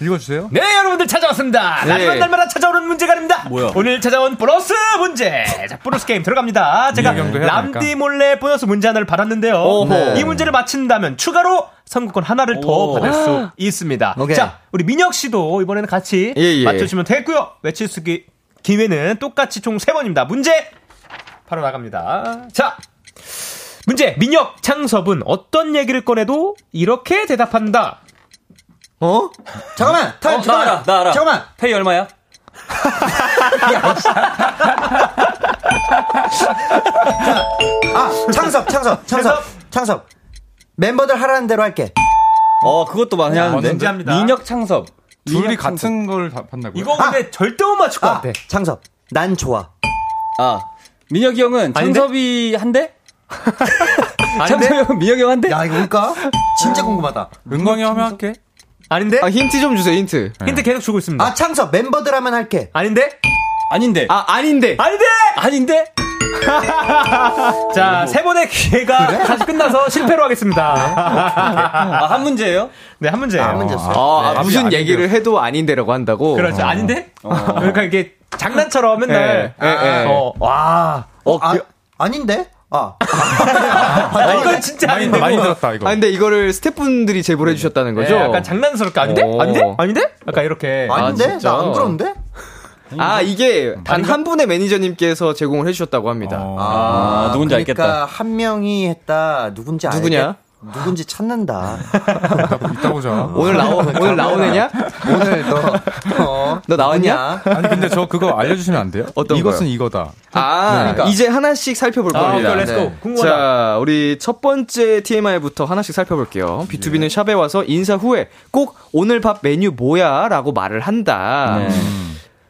읽어주세요.
네, 여러분들 찾아왔습니다.
네.
마지막 날마다 찾아오는 문제가 아닙니다. 오늘 찾아온 보너스 문제. 자, 보너스 게임 들어갑니다. 제가
이해경도 해야 되니까.
람디 몰래 보너스 문제 하나를 받았는데요.
오호.
이 문제를 맞힌다면 추가로 선곡권 하나를 더
오.
받을 수 있습니다.
오케이.
자, 우리 민혁 씨도 이번에는 같이
예, 예.
맞춰주시면 되겠고요. 외칠 수 있기- 기회는 똑같이 총 세번입니다 문제 바로 나갑니다. 자, 문제 민혁 창섭은 어떤 얘기를 꺼내도 이렇게 대답한다.
어?
잠깐만, 타임,
어, 나
잠깐만,
알아, 나 알아.
잠깐만.
페이 얼마야?
아, 창섭, 창섭, 창섭, 창섭. 멤버들 하라는 대로 할게.
어, 그것도 많이 하는데.
진지합니다.
민혁 창섭.
둘이 같은 걸 답한다고요?
이거 근데 절대 못 맞출 것
아,
같아.
창섭, 난 좋아.
아, 민혁이 형은
아닌데?
창섭이 한대? 창섭이 형, 민혁이 형 한대?
야, 이거 올까? 진짜 궁금하다.
은광이 하면 할게.
아닌데?
아, 힌트 좀 주세요, 힌트.
힌트 계속 주고 있습니다.
아, 창섭, 멤버들 하면 할게.
아닌데?
아닌데.
아, 아닌데!
아닌데!
아닌데?
자, 세 번의 기회가 다시 끝나서 실패로 하겠습니다.
아, 한 문제예요?
네, 한 문제예요.
안 문제였어요.
아, 아, 무슨 얘기를 해도 아닌데라고 한다고?
그렇죠. 아닌데? 그러니까 이게 장난처럼 맨날
예, 예, 예.
어, 와.
어,
아,
그-
아닌데? 아,
아, 이건 진짜
많이,
아닌데.
많이
고
들었다 이거.
아, 근데 이거를 스태프분들이 제보를 해주셨다는 거죠?
네, 약간 장난스럽게 아닌데?
오.
아닌데? 아닌데? 약간 이렇게.
아닌데?
진짜?
나 안 그런데?
아, 이게 단 한 분의 매니저님께서 제공을 해주셨다고 합니다.
아, 누군지
그러니까
알겠다.
한 명이 했다. 누군지 알겠
누구냐?
누군지 찾는다.
아, 이따 보자.
오늘 나오, 오늘 나오느냐?
오늘 너, 어,
너 나왔냐?
누구냐?
아니 근데 저 그거 알려주시면 안 돼요?
어떤
이것은
거요?
이거다.
아,
그러니까.
이제 하나씩 살펴볼
아, 오케이,
겁니다.
렛츠고.
네.
궁금하다.
자, 우리 첫 번째 TMI부터 하나씩 살펴볼게요. B2B는 샵에 와서 인사 후에 꼭 오늘 밥 메뉴 뭐야? 라고 말을 한다. 음.
네.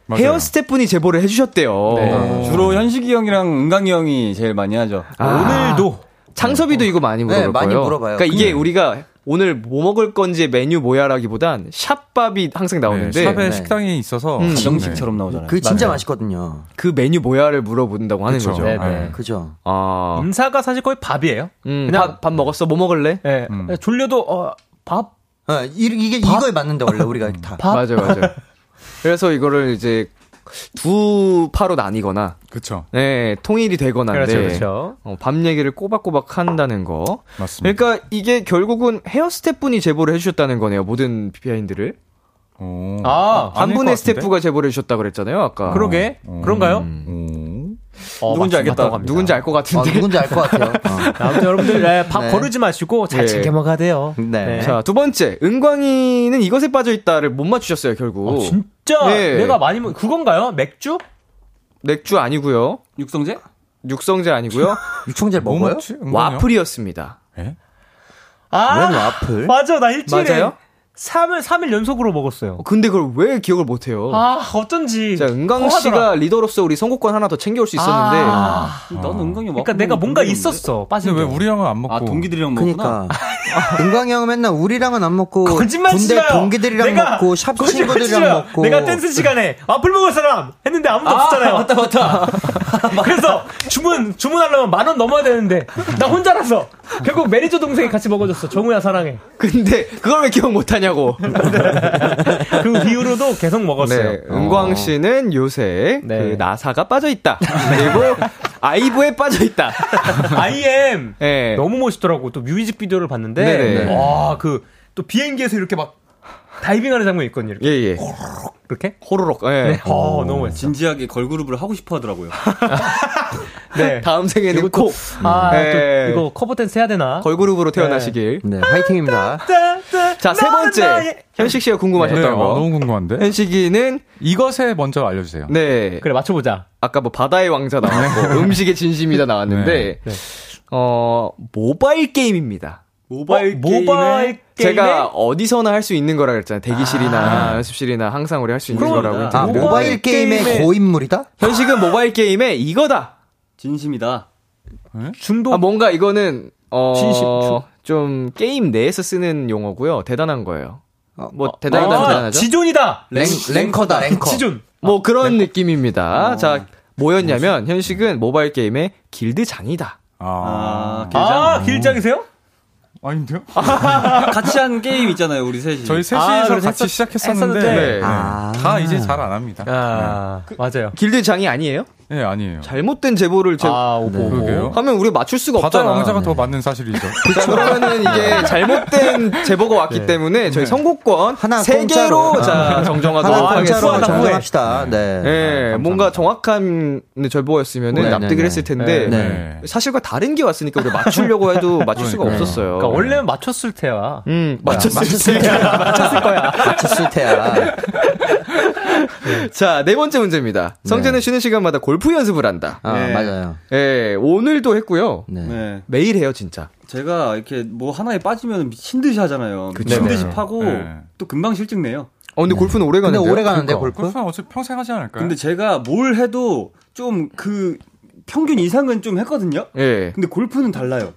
맞아요.
헤어 스태프분이 제보를 해주셨대요.
네. 주로 현식이 형이랑 은강이 형이 제일 많이 하죠.
아,
오늘도.
창섭이도 이거 많이 물어볼
네, 많이
거예요.
물어봐요.
그러니까 이게 우리가 오늘 뭐 먹을 건지 메뉴 뭐야라기보단 샵밥이 항상
네,
나오는데
샵에
네.
식당이 있어서
가정식처럼
네,
나오잖아요.
그 진짜 맛있거든요.
그 메뉴 뭐야를 물어본다고 하는
그쵸.
거죠.
네.
그죠?
아,
인사가 사실 거의 밥이에요.
음,
음? 그냥-
밥, 밥 먹었어? 뭐 먹을래?
예. 졸려도, 어, 밥?
어, 이- 이게 이거에 맞는데 원래 우리가 다.
맞아, 맞아. 그래서 이거를 이제 두 파로 나뉘거나,
그렇죠.
네, 통일이 되거나.
그렇죠, 그렇죠.
어, 밥 얘기를 꼬박꼬박 한다는 거.
맞습니다.
그러니까 이게 결국은 헤어 스태프분이 제보를 해주셨다는 거네요. 모든 비하인드를. 어,
오.
아,
한
아닐 것
분의
같은데?
스태프가 제보를 해주셨다고 그랬잖아요, 아까.
그러게.
음.
그런가요?
오.
어,
누군지
맞-
알겠다.
맞다고 합니다.
누군지 알 것
어,
같은데.
누군지 알 것 같아요. 어.
아무튼 여러분들, 예, 밥
네.
거르지 마시고 잘
예.
챙겨 먹어야 돼요.
네.
자, 두 번째. 은광이는 이것에 빠져있다를 못 맞추셨어요, 결국.
아, 진짜
예.
내가 많이 먹 그건가요? 맥주?
맥주 아니고요
육성재?
육성제 아니고요
유청제
뭐
먹어요?
먹지? 은광이 형?
와플이었습니다.
아,
웬 와플?
맞아. 나 일주일에
맞아요?
3일, 3일 연속으로 먹었어요.
어, 근데 그걸 왜 기억을 못해요?
아, 어쩐지.
어. 자, 은광
허하더라.
씨가 리더로서 우리 선곡권 하나 더 챙겨올 수 있었는데.
아,
넌 은강이 형
그러니까 내가 뭔가 있었어. 빠진
근데
게.
왜 우리 형은 안 먹고? 네,
아, 동기들이랑 먹구나.
그니까. 은광이 형은 맨날 우리랑은 안 먹고.
거짓말
뭐
치지
군대
마요.
동기들이랑
내가-
먹고, 샵
거짓말 치지
친구들이랑
마요.
먹고.
내가 댄스 시간에 와플 먹을 사람 했는데 아무도 없잖아요.
맞다, 맞다.
그래서 주문 주문하려면 만 원 넘어야 되는데 나 혼자라서 결국 매니저 동생이 같이 먹어줬어. 정우야 사랑해.
근데 그걸 왜 기억 못하냐고.
그 이후로도 계속 먹었어요.
네, 은광 씨는 요새
네.
그 나사가 빠져있다. 그리고 아이브에 빠져있다.
IM
예.
너무 멋있더라고. 또 뮤직비디오를 봤는데 아,
네네.
와그 또 비행기에서 이렇게 막 다이빙하는 장면이 있거든요. 이렇게.
예, 예.
이렇게?
호로록. 예.
네. 어, 너무 멋있어.
진지하게 걸그룹을 하고 싶어 하더라고요.
네.
다음 생에는
그리고
코.
또, 아,
예.
또 이거 커버 댄스 해야 되나?
걸그룹으로 태어나시길.
네, 화이팅입니다.
자, 세 번째. 현식 씨가 궁금하셨던
네, 어,
거.
너무 궁금한데.
현식이는,
이것에 먼저 알려주세요.
네.
그래 맞춰보자.
아까 뭐 바다의 왕자 나왔고 음식의 진심이다 나왔는데
네.
어 모바일 게임입니다.
모바일 게임에
모바일 게임에
제가 어디서나 할 수 있는 거라 그랬잖아요. 대기실이나 연습실이나 항상 우리 할 수 있는
그럼,
거라고
아,
했는데
아,
모바일
모바일 게임의
게임에- 아,
고인물이다?
현식은 모바일 게임에 이거다.
진심이다.
중독
아, 뭔가 이거는
진심,
어,
중-
좀 게임 내에서 쓰는 용어고요. 대단한 거예요. 뭐 대단하다
아,
대단하죠.
지존이다.
랭, 랭커다, 랭커.
지존.
뭐 그런
네. 어.
느낌입니다. 자 뭐였냐면 현식은 모바일 게임의 길드장이다.
아.
아, 길장.
아, 길장이세요?
아. 닌데요
같이 한 게임 있잖아요, 우리 셋이.
저희 셋이서
그래서
같이
했었-
시작했었는데
했었는데.
음.
네. 다 이제 잘 안 합니다.
그
아, 맞아요.
길드장이 아니에요?
예, 아니에요.
잘못된 제보를 네. 제...
아, 오보.
그러게요.
하면 우리 맞출 수가
바다
없잖아.
왕자가 어? 더 맞는 사실이죠.
자, 그러면은 이게 잘못된 제보가 왔기 때문에 저희 선곡권
네. 하나
세
공짜로. 아.
개로 자 정정하도록
하나
하겠습니다.
공짜로
하나 공짜로.
정정합시다. 네.
예, 뭔가 정확한 제보였으면은
네,
납득을
네,
했을
네.
텐데
네.
사실과 다른 게 왔으니까 우리 가 맞추려고 해도 맞출 수가
그러니까요.
없었어요.
그러니까 원래는 맞췄을 테야.
음, 맞췄어요.
예.
맞췄을 테야. 맞췄을 거야. 맞췄을 테야.
자, 네 번째 문제입니다. 성재는 쉬는 시간마다 골프 연습을 한다.
아,
네.
맞아요.
예, 오늘도 했고요.
네.
네.
매일 해요, 진짜.
제가 이렇게 뭐 하나에 빠지면 미친 듯이 하잖아요. 미친
네네.
듯이 파고
네.
또 금방 실증 내요.
어, 근데 골프는 오래
네. 근데
가는데.
오래 가는데 골프?
골프는 어차피 평생 하지 않을까요?
근데 제가 뭘 해도 좀 그 평균 이상은 좀 했거든요.
예.
근데 골프는 달라요.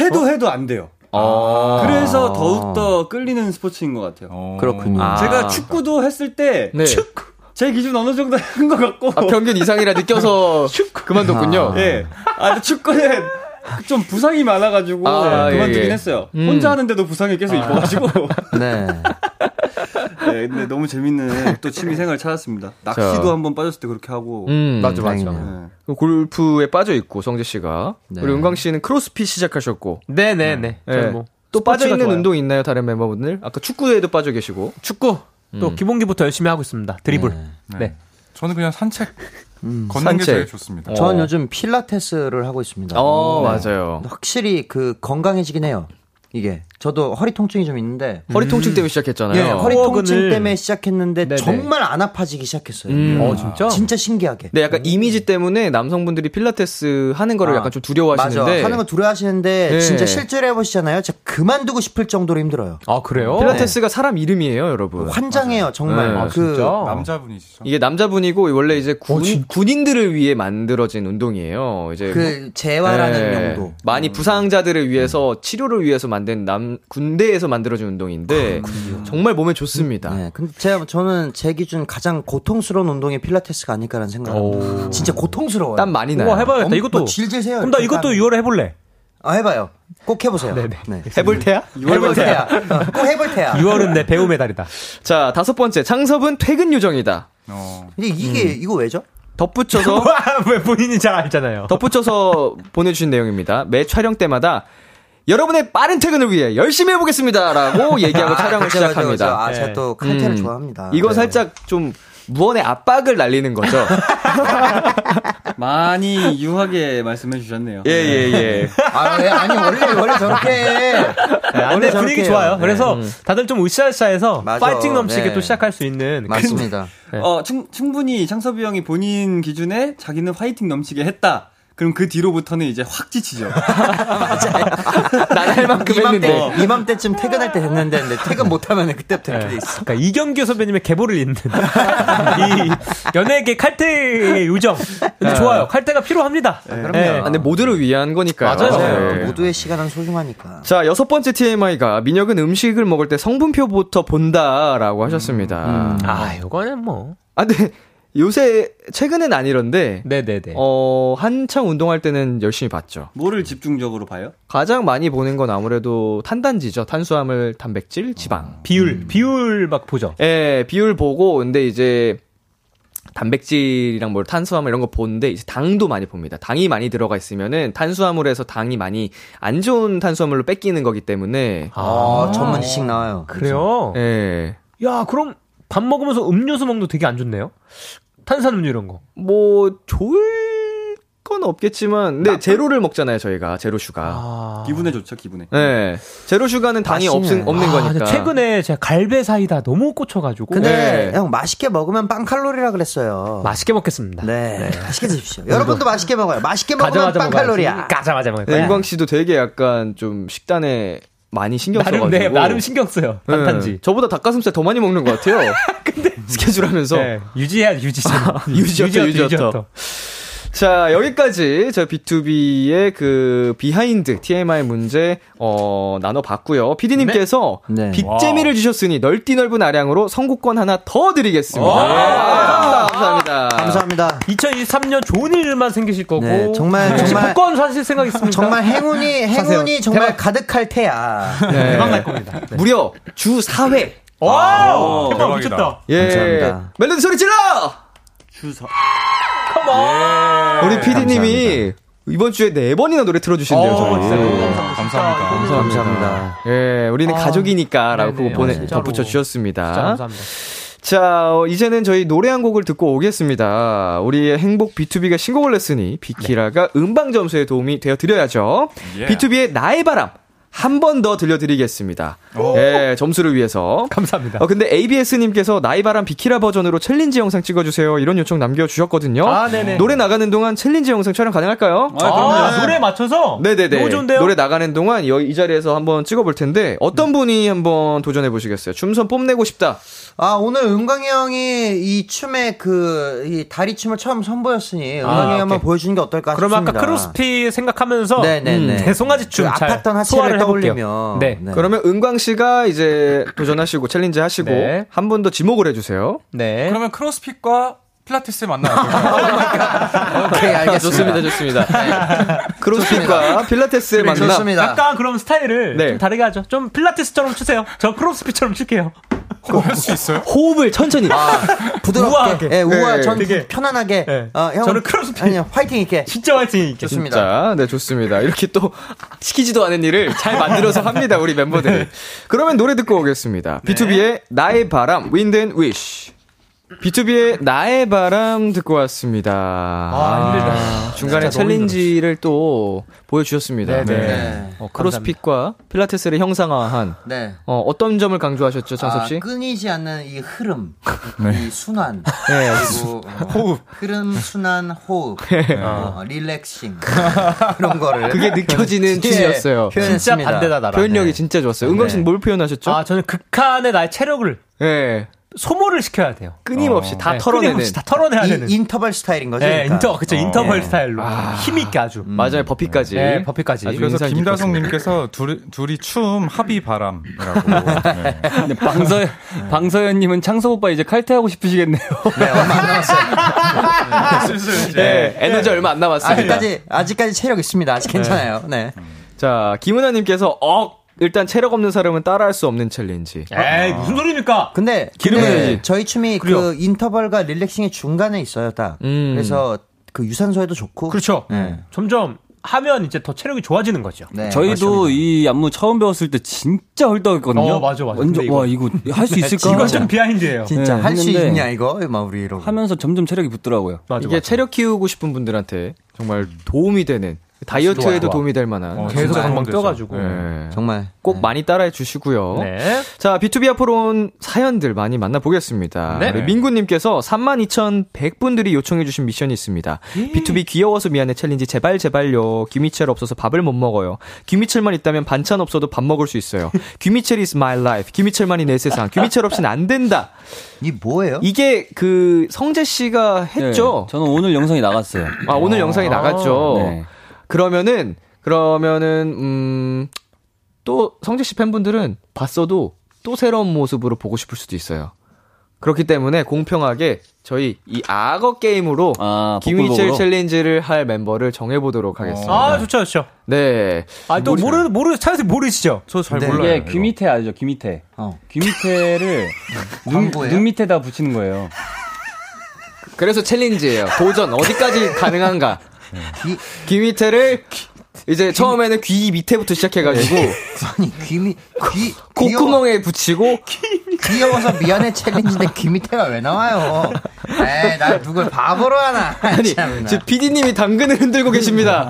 해도
어?
해도 안 돼요.
아.
그래서 더욱더 끌리는 스포츠인 것 같아요.
어,
그렇군요.
아.
제가 축구도 했을 때
네.
제 기준 어느 정도 한 것 같고
아, 평균 이상이라 느껴서 그만뒀군요.
아.
예. 아, 근데 축구는 좀 부상이 많아가지고
아,
그만두긴
예, 예.
했어요.
음.
혼자 하는데도 부상이 계속 입어가지고.
네.
네, 근데 너무 재밌는 또 취미 생활 찾았습니다. 낚시도 한번 빠졌을 때 그렇게 하고.
음.
맞아, 맞아.
다행이네요.
네.
그 골프에 빠져 있고 성재 씨가
네.
그리고 은광 씨는 크로스핏 시작하셨고
네네네.
예.
저는 뭐.
또 빠져 있는
좋아요.
운동 있나요 다른 멤버분들? 아까 축구에도 빠져 계시고
축구.
음.
또 기본기부터 열심히 하고 있습니다. 드리블.
네.
네.
저는 그냥 산책 걷는
산책.
게 제일 좋습니다.
저는 요즘 필라테스를 하고 있습니다.
어
네.
맞아요
확실히 그 건강해지긴 해요. 이게 저도 허리 통증이 좀 있는데
허리
음.
통증 때문에 시작했잖아요.
예,
네,
허리 통증
코어근을.
때문에 시작했는데
네네.
정말 안 아파지기 시작했어요.
음.
어, 진짜?
진짜 신기하게.
네,
음.
약간 이미지 때문에 남성분들이 필라테스 하는 거를
아,
약간 좀 두려워하시는데
맞아. 하는 거 두려워하시는데
네.
진짜 실제로 해보시잖아요. 진짜 그만두고 싶을 정도로 힘들어요.
아,
음,
그래요?
네.
필라테스가 사람 이름이에요,
어,
여러분.
환장해요 정말.
아, 네. 아,
그
남자분이시죠?
이게 남자분이고 원래
어,
이제 군, 군인들을 위해 만들어진 운동이에요. 이제 뭐-
그 재활하는
네.
용도.
많이 부상자들을 위해서 치료를 위해서 만든 남 군대에서 만들어진 운동인데 정말 몸에 좋습니다.
네, 근데 제가 저는 제 기준 가장 고통스러운 운동이 필라테스가 아닐까라는 생각을 합니다. 진짜 고통스러워요.
땀 많이 나요.
우와, 해봐야겠다.
엄-
이것도.
뭐 질질 세요.
그럼 나
이렇게
이것도
땀이.
6월에 해볼래.
아, 해봐요. 꼭 해보세요.
아, 네네.
네.
해볼 테야?
해볼 테야. 어, 꼭 해볼 테야.
6월은 내 배움의 달이다.
자, 다섯 번째. 창섭은 퇴근 요정이다.
어.
근데 이게
음.
이거 왜죠?
덧붙여서
아,
왜 본인이 잘 알잖아요.
덧붙여서 보내주신 내용입니다. 매 촬영 때마다 여러분의 빠른 퇴근을 위해 열심히 해보겠습니다. 라고 얘기하고 촬영을
아, 그죠, 그죠, 그죠.
시작합니다.
아, 제가 또 칼퇴를
음.
좋아합니다.
이건
네.
살짝 좀 무언의 압박을 날리는 거죠.
많이 유하게 말씀해 주셨네요.
예, 예, 예.
아, 예, 아니 원래 원래 저렇게 해.
네, 음. 안 돼, 분위기
원래 저렇게
좋아요.
해요.
그래서 다들 좀 으쌰으쌰해서
맞아.
파이팅 넘치게
네.
또 시작할 수 있는.
맞습니다.
어, 충, 충분히 창섭이 형이 본인 기준에 자기는 화이팅 넘치게 했다. 그럼 그 뒤로부터는 이제 확 지치죠.
난 할 만큼 했는데.
이맘때 이맘때쯤 퇴근할 때 됐는데 근데 퇴근 못하면 그때부터 이렇게 돼
네.
있어.
그러니까 이경규 선배님의 계보를 잇는 이 연예계 칼퇴의 요정
네.
근데 좋아요. 칼퇴가 필요합니다.
아, 근데 모두를 위한 거니까요.
네. 맞아요.
네.
어, 모두의 시간은 소중하니까.
자, 여섯 번째 TMI가 민혁은 음식을 먹을 때 성분표부터 본다라고 하셨습니다.
아, 이거는 뭐.
아, 근데 요새 최근엔 안 이런데
네네네.
어, 한창 운동할 때는 열심히 봤죠.
뭐를 집중적으로 봐요?
가장 많이 보는 건 아무래도 탄단지죠. 탄수화물, 단백질, 지방.
비율,
음.
비율 막 보죠.
예, 비율 보고 근데 이제 단백질이랑 뭘 탄수화물 이런 거 보는데 이제 당도 많이 봅니다. 당이 많이 들어가 있으면은 탄수화물에서 당이 많이 안 좋은 탄수화물로 뺏기는 거기 때문에
아, 전문 지식 나와요.
그래요?
예.
그렇죠. 네. 야, 그럼 밥 먹으면서 음료수 먹는 거 되게 안 좋네요? 탄산음료 이런 거.
뭐 좋을 건 없겠지만 근데 제로를 먹잖아요, 저희가. 제로 슈가.
아.
기분에 좋죠, 기분에.
네.
예. 제로 슈가는 당이
맛있네.
없은, 없는
아,
거니까.
근데 최근에 제가 갈배 사이다 너무 꽂혀가지고.
근데
네.
형 맛있게 먹으면 빵 칼로리라 그랬어요.
맛있게 먹겠습니다.
네. 맛있게 드십시오. 여러분도 맛있게 먹어요. 맛있게 먹으면
가자마자
빵
먹어야지.
칼로리야.
가자마자 먹을
네,
거야.
은광 씨도 되게 약간 좀 식단에 많이 신경
나름,
써가지고
네, 나름 신경 써요.
네,
반탄지.
저보다 닭가슴살 더 많이 먹는 것 같아요. 스케줄 하면서
네, 유지해야 유지죠.
유지어터, 유지어터. 자 여기까지 저 B2B의 그 비하인드 TMI 문제 어 나눠봤고요. PD님께서
네. 네.
빅재미를 주셨으니 넓디 넓은 아량으로 선곡권 하나 더 드리겠습니다. 아, 감사합니다.
감사합니다.
2023년 좋은 일만 생기실 거고.
네, 정말,
혹시
정말.
복권 사실 생각 있습니까?
정말 행운이 행운이 정말 가득할 테야.
네.
대박 날 겁니다. 네.
무려 주 4회.
와, 대박
어,
아, 대박이다.
미쳤다.
예.
감사합니다.
멜로디 소리 질러!
주사.
컴온.
우리 PD님이 이번 주에 네 번이나 노래 틀어주신대요, 저희. 네.
아,
감사합니다.
감사합니다.
예, 우리는 가족이니까라고
아, 네네,
그거 보내
진짜로.
덧붙여 주셨습니다.
진짜 감사합니다.
자, 어, 이제는 저희 노래 한 곡을 듣고 오겠습니다. 우리의 행복 B2B가 신곡을 냈으니 비키라가
네.
음방 점수에 도움이 되어 드려야죠.
예.
B2B의 나의 바람 한 번 더 들려드리겠습니다. 예, 점수를 위해서.
감사합니다.
어, 근데 ABS님께서 나이 바람 비키라 버전으로 챌린지 영상 찍어주세요. 이런 요청 남겨주셨거든요.
아, 네네.
노래 나가는 동안 챌린지 영상 촬영 가능할까요?
아, 노래 맞춰서?
네네네.
너무 좋은데요?
노래 나가는 동안 여기 이 자리에서 한번 찍어볼 텐데 어떤
네.
분이 한번 도전해 보시겠어요? 춤선 뽐내고 싶다.
아 오늘 은광이 형이 이 춤의 그이 다리 춤을 처음 선보였으니 은광이 형이 한번
아, 오케이.
보여주는 게 어떨까
그럼
싶습니다.
아까 크로스핏 생각하면서
네네네.
내 송아지 춤
그
잘
아팠던 하체를
소화를 해볼게요.
떠올리며.
네.
그러면 은광 씨가 이제 도전하시고 챌린지 하시고
네.
한 분 더 지목을 해주세요.
네.
그러면 크로스핏과 필라테스 만나요.
오케이 네,
아,
알겠습니다.
좋습니다. 크로스핏과 필라테스의
네,
만남.
네, 좋습니다.
약간 그럼 스타일을
네.
좀 다르게 하죠. 좀 필라테스처럼 추세요. 저 크로스핏처럼 출게요.
할수 있어요?
호흡을 천천히.
부드럽게,
우아하게.
예, 우아,
네.
전
되게.
편안하게.
네.
어, 형,
저는 크로스핏.
아니요, 화이팅 있게.
진짜 화이팅 있게.
좋습니다.
자, 네 좋습니다. 이렇게 또 시키지도 않은 일을 잘 만들어서 합니다 우리 멤버들. 이 그러면 노래 듣고 오겠습니다. B2B의 나의 바람, Wind and Wish. B2B의 나의 바람 듣고 왔습니다.
아, 힘들다.
중간에
진짜 너무
챌린지를 또 보여주셨습니다.
네네.
네.
어, 크로스핏과 필라테스를 형상화한
네.
어, 어떤 점을 강조하셨죠, 찬섭 씨?
아, 끊이지 않는 이 흐름,
네.
이 순환,
네.
그리고 어,
호흡.
흐름, 순환, 호흡,
네.
어, 릴렉싱 그런 거를
그게 느껴지는
예,
춤이었어요.
표현했습니다.
진짜 반대다 나랑.
네. 표현력이 진짜 좋았어요. 은광 씨는 뭘 표현하셨죠?
아 저는 극한의 나의 체력을
예.
소모를 시켜야 돼요.
끊임없이 다
네,
털어내는.
끊임없이 다 털어내야 되는.
이, 인터벌 스타일인 거죠.
네,
그러니까.
인터
어,
그쵸 인터벌
예.
스타일로 힘 있게 아주.
맞아요, 버피까지.
네, 버피까지.
아주
그래서
인상 깊었습니다.
김다성님께서 둘이, 둘이 춤 합의 바람이라고. 네.
근데 방서 방서연님은 창섭 오빠 이제 칼퇴하고 싶으시겠네요.
네, 얼마 안 남았어요.
슬슬 이제.
네, 에너지 얼마 안 남았습니다.
아직까지 아직까지 체력 있습니다. 아직 괜찮아요. 네.
자, 김은아님께서 억 일단 체력 없는 사람은 따라할 수 없는 챌린지.
에이 무슨 소리입니까?
근데
기름을
근데
해야지.
저희 춤이 그
그래요.
인터벌과 릴렉싱의 중간에 있어요, 딱.
음.
그래서 그 유산소에도 좋고.
그렇죠.
네.
점점 하면 이제 더 체력이 좋아지는 거죠.
네,
저희도
맞습니다.
이 안무 처음 배웠을 때 진짜 헐떡했거든요.
어, 맞아, 맞아.
완전
근데 네,
와 이거 할수 있을까?
이건 좀 비하인드예요.
진짜
네,
할 수
했는데
있냐 이거 마무리 이러고.
하면서 점점 체력이 붙더라고요.
맞아,
이게
맞아.
체력 키우고 싶은 분들한테 정말 도움이 되는 다이어트에도
좋아.
도움이 될 만한.
어,
계속
진짜
방방
도움되죠.
쪄가지고.
네.
정말
꼭 많이 따라해 주시고요.
네.
자, B2B 앞으로 온 사연들 많이 만나보겠습니다.
네.
우리 민구님께서 32,100분들이 요청해주신 미션이 있습니다. B2B 귀여워서 미안해 챌린지 제발 제발요. 귀미첼 없어서 밥을 못 먹어요. 귀미첼만 있다면 반찬 없어도 밥 먹을 수 있어요. 귀미첼 is my life. 귀미첼만이 내 세상. 귀미첼 없이는 안 된다.
이 뭐예요?
이게 그 성재 씨가 했죠.
네, 저는 오늘 영상이 나갔어요.
아, 오늘 영상이 나갔죠.
네.
그러면은, 그러면은, 음, 또 성재 씨 팬분들은 봤어도 또 새로운 모습으로 보고 싶을 수도 있어요. 그렇기 때문에 공평하게 저희 이 악어 게임으로
아,
김희철
복불복으로? 어.
챌린지를 할 멤버를 정해보도록 하겠습니다.
아 좋죠 좋죠.
네.
아또
모르-
모르 모르 차에서 모르시죠.
저잘
네.
몰라요.
이게 귀 밑에 알죠? 귀 밑에.
어.
귀 밑에를 눈,
광고예요?
눈 밑에다 붙이는 거예요.
그래서 챌린지예요. 도전 어디까지 가능한가.
귀-
김희태를 이제 처음에는 귀 밑에부터 시작해가지고
아니 귀미 귀 귀여워,
콧구멍에 붙이고
귀여워서 미안해 챌린지인데 귀 밑에가 왜 나와요? 에이 나 누굴 바보로 하나?
아니
참나.
지금 PD님이 당근을 흔들고 계십니다.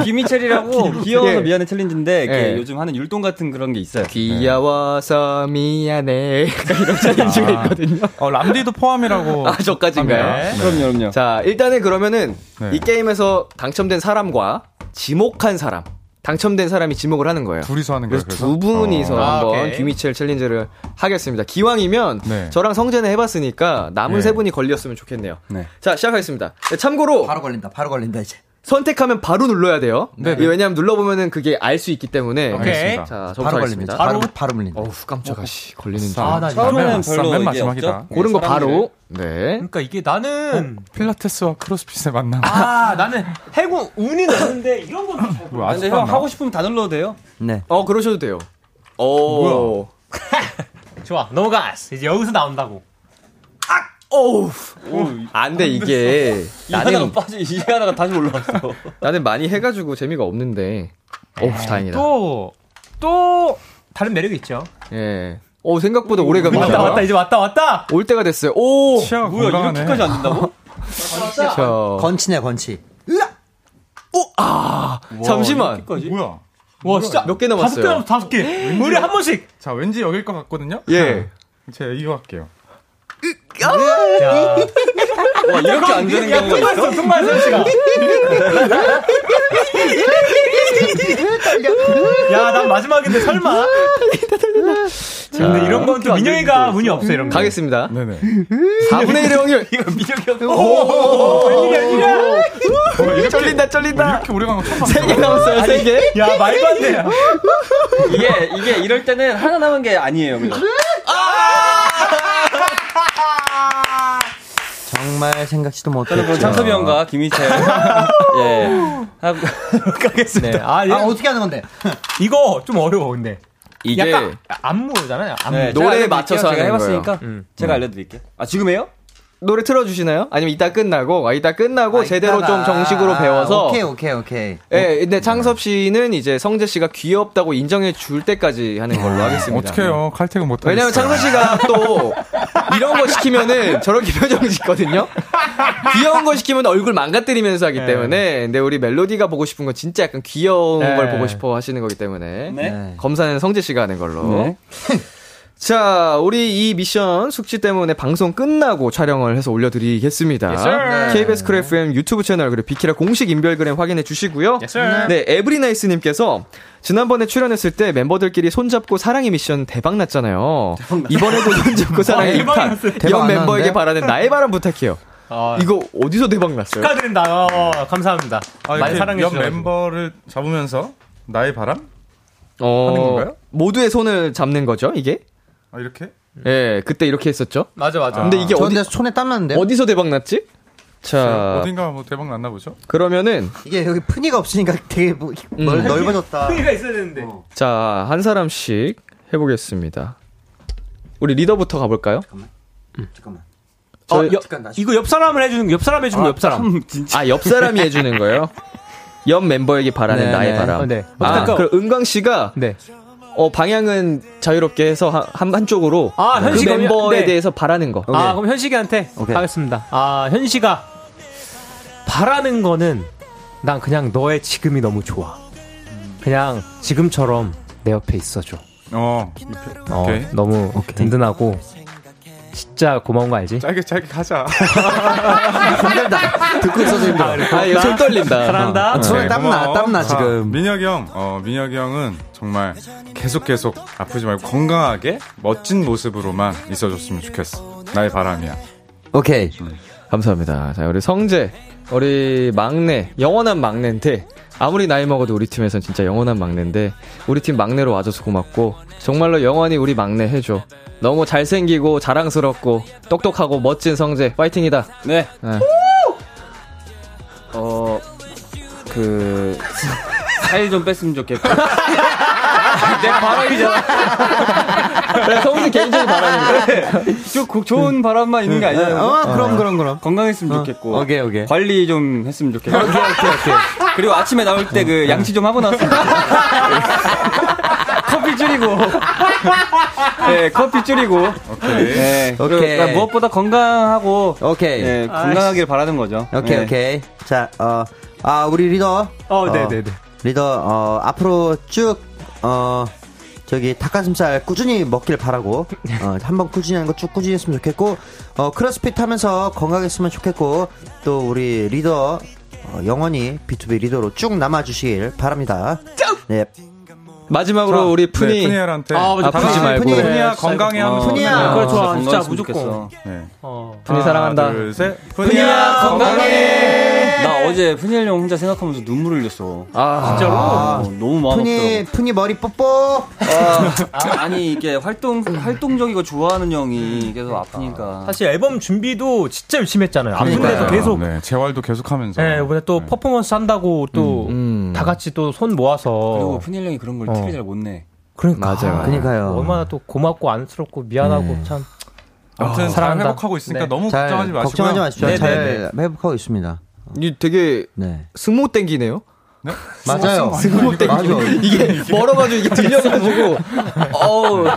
이 귀미첼이라고 귀여워서
예.
미안해 챌린지인데 이게
예.
요즘 네. 하는 율동 같은 그런 게 있어요.
귀여워서 미안해 이런 챌린지가 있거든요.
어, 람디도
뭐,
포함이라고.
아 저까지인가요?
그럼요, 그럼요.
자 일단은 그러면은
네.
이 게임에서 당첨된 사람과 지목한 사람 당첨된 사람이 지목을 하는 거예요.
둘이서 하는 거예요.
그래서 두 분이서
어.
아,
한번
오케이.
귀미첼 챌린지를 하겠습니다. 기왕이면
네.
저랑 성재는 해봤으니까 남은
예.
세 분이 걸렸으면 좋겠네요.
네.
자 시작하겠습니다. 네, 참고로
바로 걸린다. 바로 걸린다 이제.
선택하면 바로 눌러야 돼요. 예, 왜냐하면 눌러보면은 그게 알 수 있기 때문에.
알겠습니다.
아, 자 저부터
바로
하겠습니다.
걸립니다. 바로 바로 물린다.
어우 깜짝아 씨 걸리는 줄.
아나
처음에는
맨
별로
맨
이게
마지막이다.
없죠?
고른 거 바로. 네.
그러니까 이게
어?
나는
필라테스와 크로스핏의 만남.
아 나는 해군 운이 나는데 이런 건 잘.
뭐
근데
아직도
형
안 나와?
하고 싶으면 다 눌러도 돼요.
네.
어 그러셔도 돼요. 어. 오.
좋아 넘어가. 이제 여기서 나온다고. 악! 어우.
안 돼, 이게.
이 하나가
나는,
빠지 이 하나가 다시 올라왔어.
나는 많이 해가지고 재미가 없는데. 어우, 다행이다.
또, 또, 다른 매력이 있죠.
예. 어 생각보다 오래 갑니다.
왔다, 왔다, 이제 왔다, 왔다!
올 때가 됐어요. 오!
치아
뭐야
건강하네.
이렇게까지 안 된다고?
자,
건치네 건치. 으악!
잠시만.
뭐야?
와, 진짜.
몇 개
다섯 개
남았어요?
남았어, 다섯 개. 우리 한 번씩.
자, 왠지 여길 것 같거든요?
예.
제가 이거 할게요.
와 이렇게 안 되는 경우가 있어?
통과했어, 통과했어, 씨가. 야, 난 마지막인데, 설마. 근데 이런 건 또 민영이가 운이 없어, 이런 거.
가겠습니다.
네네.
4분의 1의 확률.
어,
쫄린다, 쫄린다.
이렇게 오래 간거 처음 봤어요.
3개 남았어요, 3개.
야, 말도 안 돼.
이게 이게 이럴 때는 하나 남은 게 아니에요. 그냥.
정말 생각지도
그럼
못했죠.
창섭이 형과 김희철 예 하고 가겠습니다.
네. 아,
아
얘,
어떻게 하는 건데?
이거 좀 어려워, 근데.
이게 음,
약간 안무잖아요, 안무.
네, 제가
노래에
알려드릴게요.
맞춰서
제가
하는 음,
해봤으니까 제가 알려드릴게요. 아 지금 해요?
노래 틀어주시나요? 아니면 이따 끝나고, 아, 이따 끝나고
아,
제대로
이따가. 아,
좀 정식으로 배워서.
오케이 오케이 오케이.
예, 근데 창섭 씨는 이제 성재 씨가 귀엽다고 인정해 줄 때까지 하는 걸로 하겠습니다.
어떡해요. 칼퇴근 못하겠어요.
왜냐면 창섭 씨가 또 이런 거 시키면은 저렇게 표정 짓거든요. 귀여운 거 시키면 얼굴 망가뜨리면서
네.
하기 때문에 근데 우리 멜로디가 보고 싶은 건 진짜 약간 귀여운
네.
걸 보고 싶어 하시는 거기 때문에
네.
검사는 성재 씨가 하는 걸로.
네.
자, 우리 이 미션 숙지 때문에 방송 끝나고 촬영을 해서 올려드리겠습니다. KBS 크래 FM 유튜브 채널 그리고 비키라 공식 인별그램 확인해 주시고요. 네, 에브리나이스님께서 지난번에 출연했을 때 멤버들끼리 손잡고 사랑의 미션 대박 났잖아요. 이번에도 손잡고 사랑의 2탄
대박
이번
안
멤버에게
났는데?
바라는 나의 바람 부탁해요.
아,
이거 어디서 대박 났어요?
축하드린다. 어, 감사합니다.
아,
많이
이렇게
사랑해
옆
주셔서.
멤버를 잡으면서 나의 바람?
어,
하는 건가요?
모두의 손을 잡는 거죠, 이게?
아, 이렇게?
예, 그때 이렇게 했었죠.
맞아, 맞아.
근데 이게
저
어디,
근데 손에 땀 나는데? 요
어디서 대박 났지? 자,
어딘가 뭐 대박 났나 보죠?
그러면은
이게 여기 푼이가 없으니까 되게 뭐,
음.
넓- 넓어졌다.
흥이가 있어야 되는데.
자, 한 사람씩 해보겠습니다. 우리 리더부터 가볼까요?
잠깐만. 네.
어,
저희-
옆-
잠깐 다시.
이거 옆 사람을 해주는, 옆 사람 해주는 옆 사람.
아, 옆 사람이 해주는 거예요? 옆 멤버에게 바라는
네,
나의
네.
바람.
어, 네.
아,
어떡할까요?
그럼 은광 씨가
네.
어, 방향은 자유롭게 해서 한, 한- 한쪽으로
아,
그
현식이
멤버에
네.
대해서 바라는 거. 네.
아, 그럼 현식이한테
오케이.
가겠습니다. 아, 현식아. 바라는 거는 난 그냥 너의 지금이 너무 좋아. 그냥 지금처럼 내 옆에 있어줘.
어.
어,
오케이.
너무 든든하고 진짜 고마운 거 알지?
짧게 짧게 가자.
듣고 있어서 힘들어.
아, 이거 손 떨린다.
사랑한다.
어, 네.
손에 땀 나,
고마워.
땀 나,
자,
지금.
민혁이 형, 어, 민혁이 형은 정말 계속 계속 아프지 말고 건강하게 멋진 모습으로만 있어줬으면 좋겠어. 나의 바람이야.
오케이.
감사합니다. 자, 우리 성재, 우리 막내, 영원한 막내인데, 아무리 나이 먹어도 우리 팀에선 진짜 영원한 막내인데, 우리 팀 막내로 와줘서 고맙고, 정말로 영원히 우리 막내 해줘. 너무 잘생기고, 자랑스럽고, 똑똑하고, 멋진 성재, 파이팅이다.
네.
네.
어, 그, 살 좀 뺐으면 좋겠고. 내 바람이잖아.
그래, 성재 개인적인 바람인데.
쭉 고- 좋은 바람만 있는 게 아니잖아.
어, 그럼, 그럼, 어. 그럼.
건강했으면 좋겠고.
오케이, 오케이.
관리 좀 했으면 좋겠고. 오케이, 오케이, 오케이. 그리고 아침에 나올 때
어.
그 양치 좀 하고 나왔으면 좋겠고. 커피 줄이고. 네, 커피 줄이고.
오케이.
네. 그리고
오케이.
그러니까 무엇보다 건강하고.
오케이.
네, 건강하길 바라는 거죠.
오케이,
네.
오케이. 자, 어, 아, 우리 리더.
어, 네, 네, 네.
리더, 어, 앞으로 쭉, 어, 저기 닭가슴살 꾸준히 먹길 바라고 어, 한번 꾸준히 하는 거 쭉 꾸준히 했으면 좋겠고 어, 크로스핏 하면서 건강했으면 좋겠고 또 우리 리더 어, 영원히 B2B 리더로 쭉 남아주시길 바랍니다. 네,
마지막으로 우리
네,
푸니,
푸니엘한테.
아프지
다같이
말고. 푸니엘
푸니엘, 푸니야 건강해 하면
어,
푸니야.
네,
그래, 좋아. 진짜
건강했으면
무조건.
좋겠어.
네.
어.
푸니 사랑한다.
하나, 둘, 셋. 푸니야
나 어제 푸니엘 형 혼자 생각하면서 눈물을 흘렸어.
아,
진짜로?
어, 너무 마음
푸니
아프더라고.
푸니 머리 뽀뽀.
아, 아니 이게 활동 활동적이고 좋아하는 형이 계속 아프니까.
사실 앨범 준비도 진짜 열심히 했잖아요. 안
그러니까요.
군데서 계속.
네, 재활도 계속하면서.
네, 이번에 또
네.
퍼포먼스 한다고 또 다
음.
같이 또 손 모아서.
그리고 푸니엘 형이 그런 걸
어.
티를 잘 못 내.
그러니까.
맞아요.
그러니까요.
얼마나 또 고맙고 안쓰럽고 미안하고 참
아무튼 잘
사랑한다.
회복하고 있으니까
네.
너무
잘
걱정하지 마시고요.
걱정하지 마십시오.
네, 네, 네.
잘 회복하고 있습니다.
이 되게
네.
승모 땡기네요.
맞아요.
승모 땡기.
맞아.
예.
이게 멀어가지고 이게 들려가지고 어우
그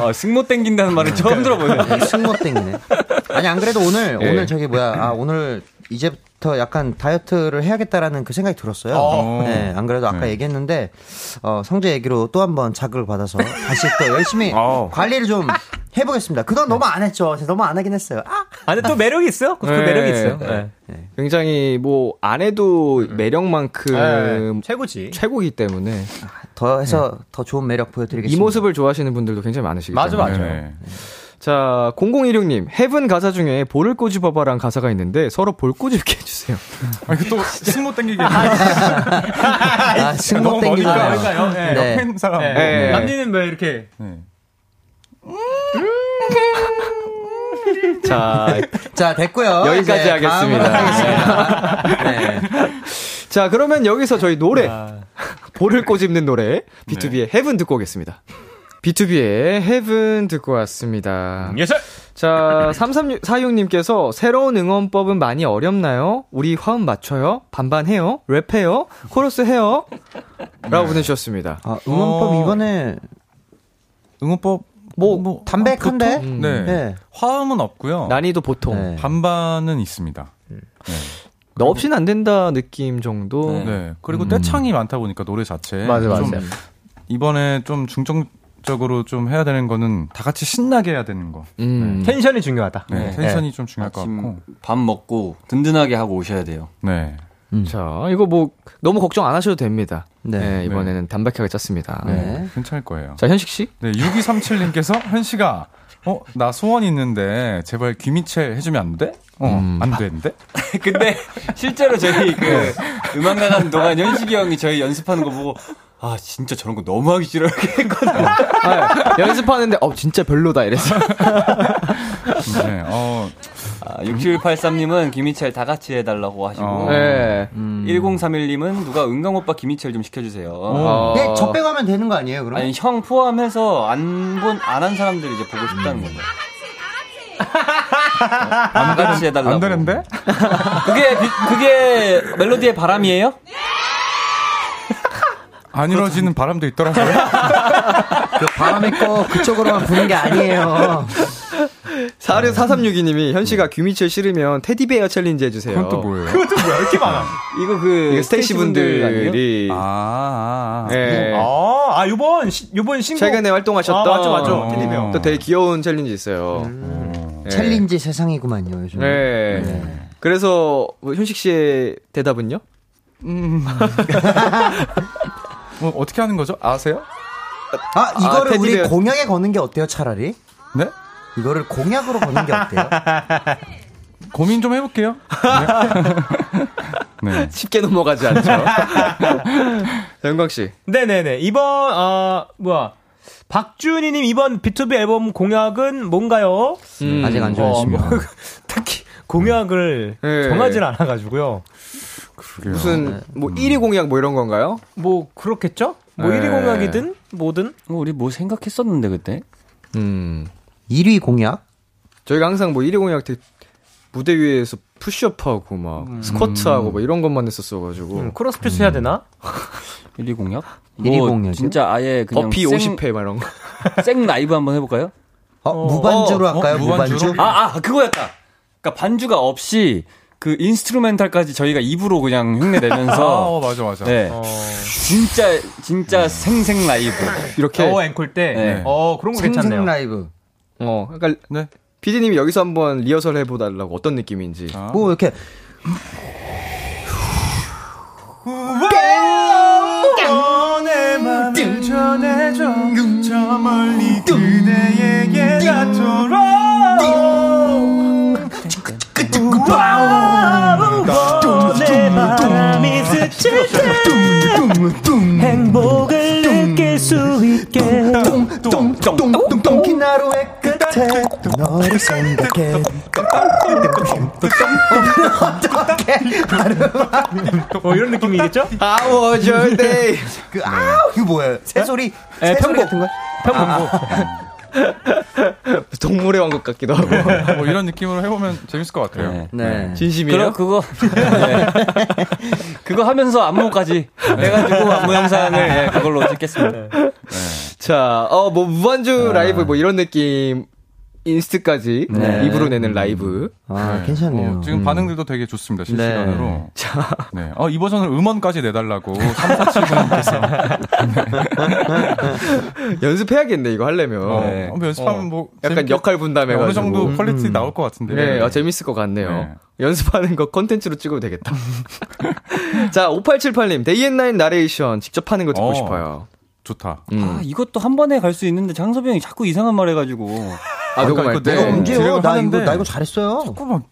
아, 승모 땡긴다는 말을 처음 들어보네요.
승모 땡기네. 아니 안 그래도 오늘
예.
오늘 저기 뭐야 아 오늘 이제부터 약간 다이어트를 해야겠다라는 그 생각이 들었어요.
어.
네, 안 그래도 아까
네.
얘기했는데 어, 성재 얘기로 또 한 번 자극을 받아서 다시 또 열심히
어.
관리를 좀 해보겠습니다. 그건 너무 안 했죠. 제가 너무 안 하긴 했어요. 아,
아, 근데 또 매력이 있어요? 그
네.
매력이 있어요. 네.
굉장히 뭐 안 해도 매력만큼
예, 최고지.
최고기 때문에
더 해서 더 좋은 매력 보여드리겠습니다.
네. 이 모습을 좋아하시는 분들도 굉장히 많으시겠죠.
맞아, 맞아.
네.
자, 0016님, 헤븐 가사 중에 볼을 꼬집어봐란 가사가 있는데 서로 볼 꼬집게 해주세요.
아니, 그또 승모 땡기게.
아, 승모
너무 머니까
땡기네요.
할까요? 네.
네.
옆에 있는 사람.
네.
아, 네.
남진은 왜 이렇게
네.
자,
자 됐고요.
여기까지
이제
어, 네, 하겠습니다. 어.
다음으로 하겠습니다. 네.
자, 그러면 여기서 저희 노래, 볼을 꼬집는 노래, B2B의 헤븐 듣고 오겠습니다. B2B의 헤븐 듣고 왔습니다.
예설.
자, 3346님께서 새로운 응원법은 많이 어렵나요? 우리 화음 맞춰요? 반반 해요? 랩 해요? 코러스 해요? 라고 보내주셨습니다.
아, 응원법
어.
이번에
응원법
뭐,
뭐
어,
담백한데?
그
보통? 네.
네.
화음은 없고요.
난이도 보통.
네.
반반은 있습니다.
너 없이는 안 된다 느낌 정도.
네. 그리고 떼창이 많다 보니까 노래 자체에
맞아, 맞아.
좀 이번에 좀 중점적으로 좀 해야 되는 거는 다 같이 신나게 해야 되는 거.
음.
텐션이 중요하다.
네.
네.
텐션이 좀 중요할 것
아침
같고.
밥 먹고 든든하게 하고 오셔야 돼요.
네.
자, 이거 뭐 너무 걱정 안 하셔도 됩니다.
네.
네, 이번에는 담백하게 짰습니다.
네.
네.
괜찮을 거예요.
자, 현식 씨.
네, 6237님께서 현씨가 어, 나 소원 있는데 제발 귀미채 해주면 안 돼? 어, 안 되는데?
근데 실제로 저희 그 음악 나가는 동안 현식이 형이 저희 연습하는 거 보고 아 진짜 저런 거 너무 하기 싫어 이렇게 했거든요.
아, 연습하는데 어 진짜 별로다 이랬어.
네. 어,
아, 6783님은 김희철 다 같이 해달라고 하시고
어.
네.
음. 1031님은 누가 은강 오빠 김희철 좀 시켜주세요.
어,
네, 저 빼고 하면 되는 거 아니에요, 그럼?
아니 형 포함해서 안 본 안 한 사람들이 이제 보고 싶다는 거예요. 다 같이 해달라고.
안 되는데?
그게 비- 그게 멜로디의 바람이에요?
안 이루어지는 바람도 있더라고요.
그 바람이 꼭 그쪽으로만 부는 게 아니에요.
4 4362님이 현씨가 귀미철 싫으면 테디베어 챌린지 해주세요.
그건 또 뭐예요?
이거 그 스테이시 분들이
아, 아, 아.
예.
아, 아, 요번 시- 요번 신곡
최근에 활동하셨던 음.
아, 맞죠, 맞죠.
테디베어.
또 되게 귀여운 챌린지 있어요. 예.
챌린지 세상이구만요, 요즘.
네. 그래서 뭐 현식 씨의 대답은요?
뭐, 어떻게 하는 거죠? 아세요?
아, 이거를
아,
우리
테디베어.
공약에 거는 게 어때요, 차라리?
네?
이거를 공약으로 거는 게 어때요?
고민 좀 해볼게요. 네. 네.
쉽게 넘어가지 않죠. 자, 영광 씨.
네네네. 이번, 아, 뭐야. 박준희님 이번 B2B 앨범 공약은 뭔가요?
음.
아직 안
어,
정했습니다.
뭐, 특히 공약을
네.
정하진 않아가지고요.
그러게요.
무슨 뭐 1위 공약 뭐 이런 건가요?
뭐, 그렇겠죠? 뭐
네.
1위 공약이든 뭐든.
우리 뭐 생각했었는데 그때?
음.
1위 공약?
저희가 항상 뭐 1위 공약 때 무대 위에서 푸시업하고 막
음.
스쿼트하고 뭐 이런 것만 했었어 가지고
음, 크로스핏 해야 되나?
1위 공약?
일위 공약이요?
뭐 진짜 아예 그냥
버피
생,
50회 막 이런 거.
생 라이브 한번 해볼까요?
어, 무반주로
어,
할까요,
어, 무반주로?
무반주?
아, 아, 그거였다. 그니까 반주가 없이 그 인스트루멘탈까지 저희가 입으로 그냥 흉내
아,
내면서
어, 맞아, 맞아.
네. 진짜 진짜 생생 라이브.
이렇게
어, 앵콜 때.
네.
어, 그런 거
생생
괜찮네요.
라이브.
어. 그러니까
네.
피디님이 여기서 한번 리허설 해 보달라고 어떤 느낌인지.
아.
뭐, 이렇게.
내 맘을 전해줘 저 멀리 그대에게 닿도록
내 바람이 스칠 때 행복을 느낄 수 있게
키나루의 끝에 또 너를 생각해.
뭐 이런 느낌이겠죠?
How was your day?
그, 아우, 이거 뭐야? 새소리? 새소리
편곡.
같은 거?
평범고
동물의 왕국 같기도 하고.
뭐 이런 느낌으로 해보면 재밌을 것 같아요.
네.
네.
진심이에요?
그럼 그거 네. 그거 하면서 안무까지 해가지고 안무 영상을 예, 그걸로 찍겠습니다.
자, 어, 뭐, 무반주 라이브 뭐 이런 느낌, 인스트까지
네.
입으로 내는 라이브.
아,
네.
괜찮네요.
어, 지금
음.
반응들도 되게 좋습니다. 실시간으로. 네. 어, 이 버전을 음원까지
어,
내달라고 3470님께서.
연습해야겠네, 이거 하려면.
어,
음. 네.
어, 뭐 연습하면 뭐
약간
재밌게 네,
역할 분담해 가지고.
어느 정도 퀄리티
음.
나올 것 같은데.
네, 아, 재밌을 것 같네요.
네.
연습하는 거 컨텐츠로 찍어도 되겠다. 자, 5878님, 데이앤나인 나레이션 직접 하는 거 듣고
어.
싶어요.
좋다.
음.
아 이것도 한 번에 갈 수 있는데 장섭이 형이 자꾸 이상한 말 해가지고
아,
아까
녹음할
이거
때.
내가
네.
문제-
문제요. 어, 나 이거
하는데.
나 이거 잘했어요.
자꾸 막,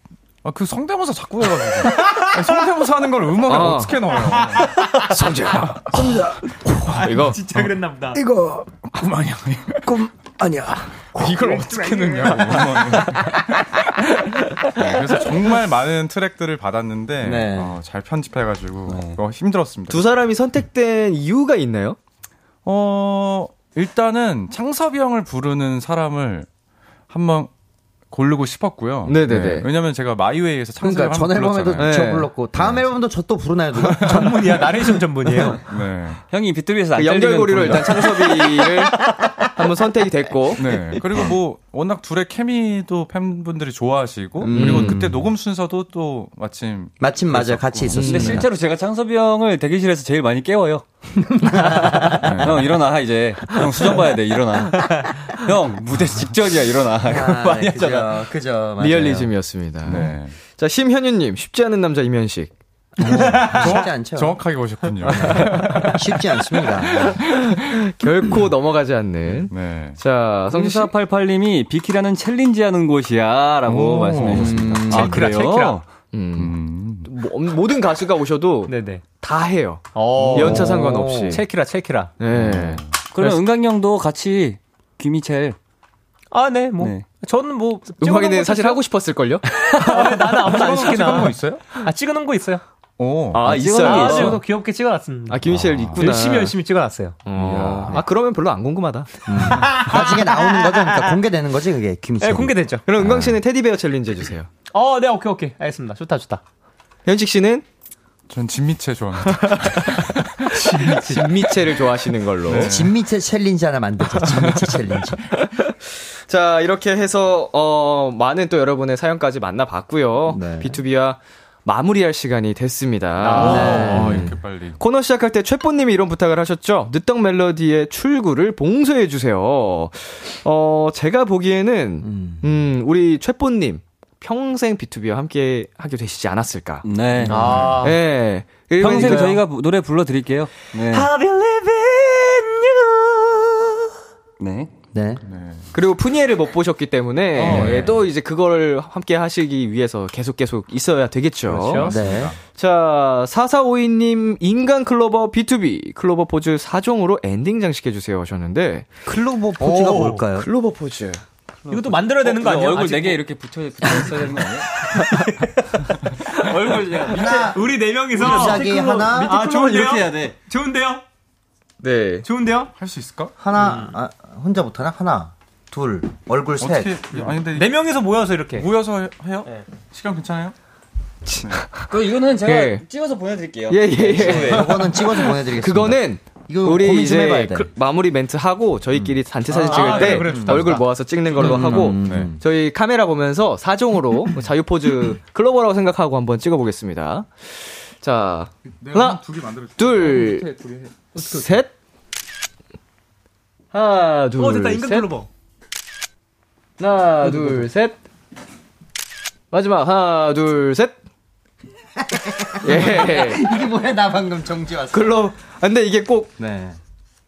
아, 그 성대모사 자꾸 해가지고. 아니, 성대모사 하는 걸 음악에
아.
어떻게 넣어요?
이거
진짜 그랬나 보다.
이거
꿈 아니야.
꿈 아니야.
이걸 어떻게 넣냐고. 음원을. 네, 그래서 정말 많은 트랙들을 받았는데
네.
어, 잘 편집해가지고 어, 힘들었습니다.
두 사람이 선택된 이유가 있나요?
어, 일단은 창섭이 형을 부르는 사람을 한번 고르고 싶었고요.
네네네.
왜냐면 제가 마이웨이에서 창섭이
그러니까
형을
전 앨범에도
불렀잖아요.
저
네.
불렀고 다음 앨범도 저 또 부르나요 누가?
전문이야. 나레이션 전문이에요.
네.
형이 비투비에서 안
그
잘리면
연결고리로
부른다.
일단 창섭이를 한번 선택이 됐고.
네. 그리고 뭐 워낙 둘의 케미도 팬분들이 좋아하시고 그리고 그때 녹음 순서도 또 마침
마침 맞아 요 같이
근데
있었습니다.
실제로 제가 창섭이 형을 대기실에서 제일 많이 깨워요. 형 일어나 이제 형 수정 봐야 돼 일어나. 형 무대 직전이야 일어나.
아,
많이
네,
하잖아.
그죠, 그죠. 맞아요.
리얼리즘이었습니다.
네.
자, 심현유님, 쉽지 않은 남자 이면식.
쉽지 않죠.
정확하게 보셨군요.
네. 쉽지 않습니다.
결코 넘어가지 않는.
네.
자, 성진 씨.
음. 3488님이 비키라는 챌린지 하는 곳이야라고
오.
말씀해 주셨습니다. 아, 그래요?
뭐 음,
음.
뭐, 모든 가수가 오셔도
네네.
다 해요.
어.
연차 상관없이.
체키라 체키라.
네.
그러면 은강 형도 같이 귀미첼.
아, 네. 뭐
네.
저는 뭐
음악에는
찍어놓은
사실
거
하고 싶었을걸요?
있어요. 아, 나는 아무도 안
찍은
시키나.
거뭐 있어요?
아, 찍어 놓은 거 있어요.
오.
아, 있어요.
아,
있어.
저도 귀엽게 찍어 놨습니다.
아, 김윤 씨를 있구나.
열심히 열심히 찍어 놨어요.
어. 아, 그러면 별로 안 궁금하다.
나중에 나오는 거죠. 그러니까 공개되는 거지 그게 김치.
네, 공개됐죠.
그럼 은광 씨는 테디베어 챌린지 해주세요.
어, 네, 오케이, 오케이. 알겠습니다. 좋다, 좋다.
현식 씨는
전 진미채 좋아합니다.
진미채를 네. 좋아하시는 걸로.
진미채 챌린지 하나 만들자. 진미채 챌린지.
자, 이렇게 해서, 어, 많은 또 여러분의 사연까지 만나봤고요.
네.
B2B와 마무리할 시간이 됐습니다. 네.
음.
아, 이렇게 빨리.
코너 시작할 때 최뽀님이 이런 부탁을 하셨죠. 늦덕 멜로디의 출구를 봉쇄해 주세요. 어 제가 보기에는 음 우리 최뽀님 평생 B2B와 함께 하게 되시지 않았을까.
네.
아.
예. 그리고
평생
이제
저희가 부- 노래 불러 드릴게요. 네.
I believe in you.
네.
네.
그리고 푸니엘을 못 보셨기 때문에
어, 예.
예, 또 이제 그걸 함께 하시기 위해서 계속 계속 있어야 되겠죠.
그렇죠.
네.
자, 4452님, 인간 클로버 B2B, 클로버 포즈 4종으로 엔딩 장식해주세요 하셨는데,
클로버 뭐 포즈가
오,
뭘까요?
클로버 포즈.
이것도 만들어야 되는 거
어,
아니에요?
얼굴
아직
네 개
뭐-
이렇게 붙여 붙여 있어야 되는 거 아니에요? 얼굴 내가 밑에
우리 네 명이서
갑자기 하나,
아, 좋은데요?
이렇게 해야 돼.
좋은데요?
네.
좋은데요?
할 수 있을까?
하나 아, 혼자 못하나? 하나, 둘, 얼굴 셋.
어떻게? 예, 아니 근데
네 명이서 모여서 이렇게. 네.
모여서 해요? 시간 괜찮아요?
그 이거는 제가
예.
찍어서 보내드릴게요. 네,
예, 예, 예.
저거는 네, 찍어서 보내드리겠습니다.
그거는
이거
우리
고민 좀
이제
해봐야 돼.
그- 마무리 멘트 하고 저희끼리 단체 사진 찍을
아,
때
그래, 그래, 좋다,
얼굴
좋다.
모아서 찍는 걸로
음,
하고 저희 카메라 보면서 사정으로 뭐 자유 포즈 클로버라고 생각하고 한번 찍어보겠습니다. 자
네, 음.
하나
어,
둘셋 하나 둘
어, 됐다. 인간
셋.
클로버.
하나 둘 셋 마지막 하나 둘셋 예
이게 뭐야? 나 방금 정지 왔어.
클로 아, 근데 이게 꼭
네.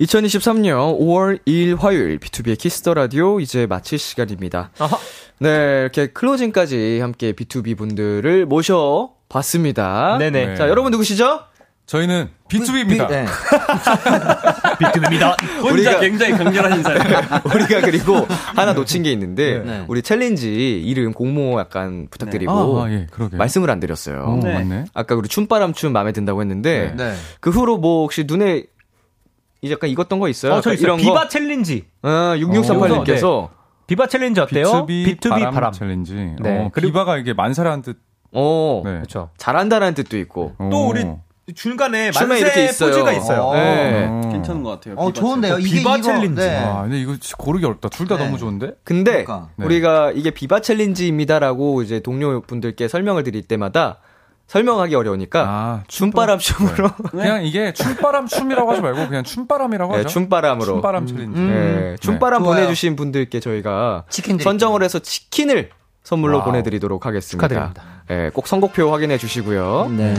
2023년 5월 2일 화요일 B2B의 키스터 라디오 이제 마칠 시간입니다. 네, 이렇게 클로징까지 함께 B2B 분들을 모셔 봤습니다.
네네.
네.
자, 여러분 누구시죠?
저희는 B2B입니다.
네.
비트입니다.
혼자
우리가-
굉장히 강렬한 인사를.
우리가 그리고 하나 놓친 게 있는데
네.
우리 챌린지 이름 공모 약간 부탁드리고
아, 아, 예, 그러게요.
말씀을 안 드렸어요.
오, 맞네.
아까 우리 춤바람 춤 마음에 든다고 했는데
네.
그 후로 뭐 혹시 눈에 이제 약간 익었던 거 있어요?
어, 저
약간
있어요. 비바 챌린지.
거? 어, 6638님께서
비바 챌린지 어때요?
B2B,
B2B
바람,
바람.
챌린지.
네,
어,
그리고-
비바가 이게 만사라는 뜻.
어,
네.
그렇죠.
잘한다라는 뜻도 있고
어.
또 우리 중간에
음. 춤에
만세
이렇게 있어요.
포즈가 있어요.
어.
네.
어.
괜찮은 것 같아요.
어,
비바
좋은데요. 이게
비바
이거-
챌린지.
네.
아, 근데 이거 진짜 고르기 어렵다. 둘 다
네.
너무 좋은데?
근데
그러니까.
네.
우리가 이게 비바 챌린지입니다라고 이제 동료분들께 설명을 드릴 때마다 설명하기 어려우니까
아, 네.
춤바람 춤으로
그냥 이게 춤바람 춤이라고 하지 말고 그냥 춤바람이라고
네,
하죠.
춤바람으로
춤바람 음. 챌린지.
네, 춤바람
좋아요.
보내주신 분들께 저희가
치킨 드릴게요.
선정을 해서 치킨을 선물로
와우.
보내드리도록 하겠습니다.
축하드립니다.
네, 꼭 선곡표 확인해 주시고요.
네.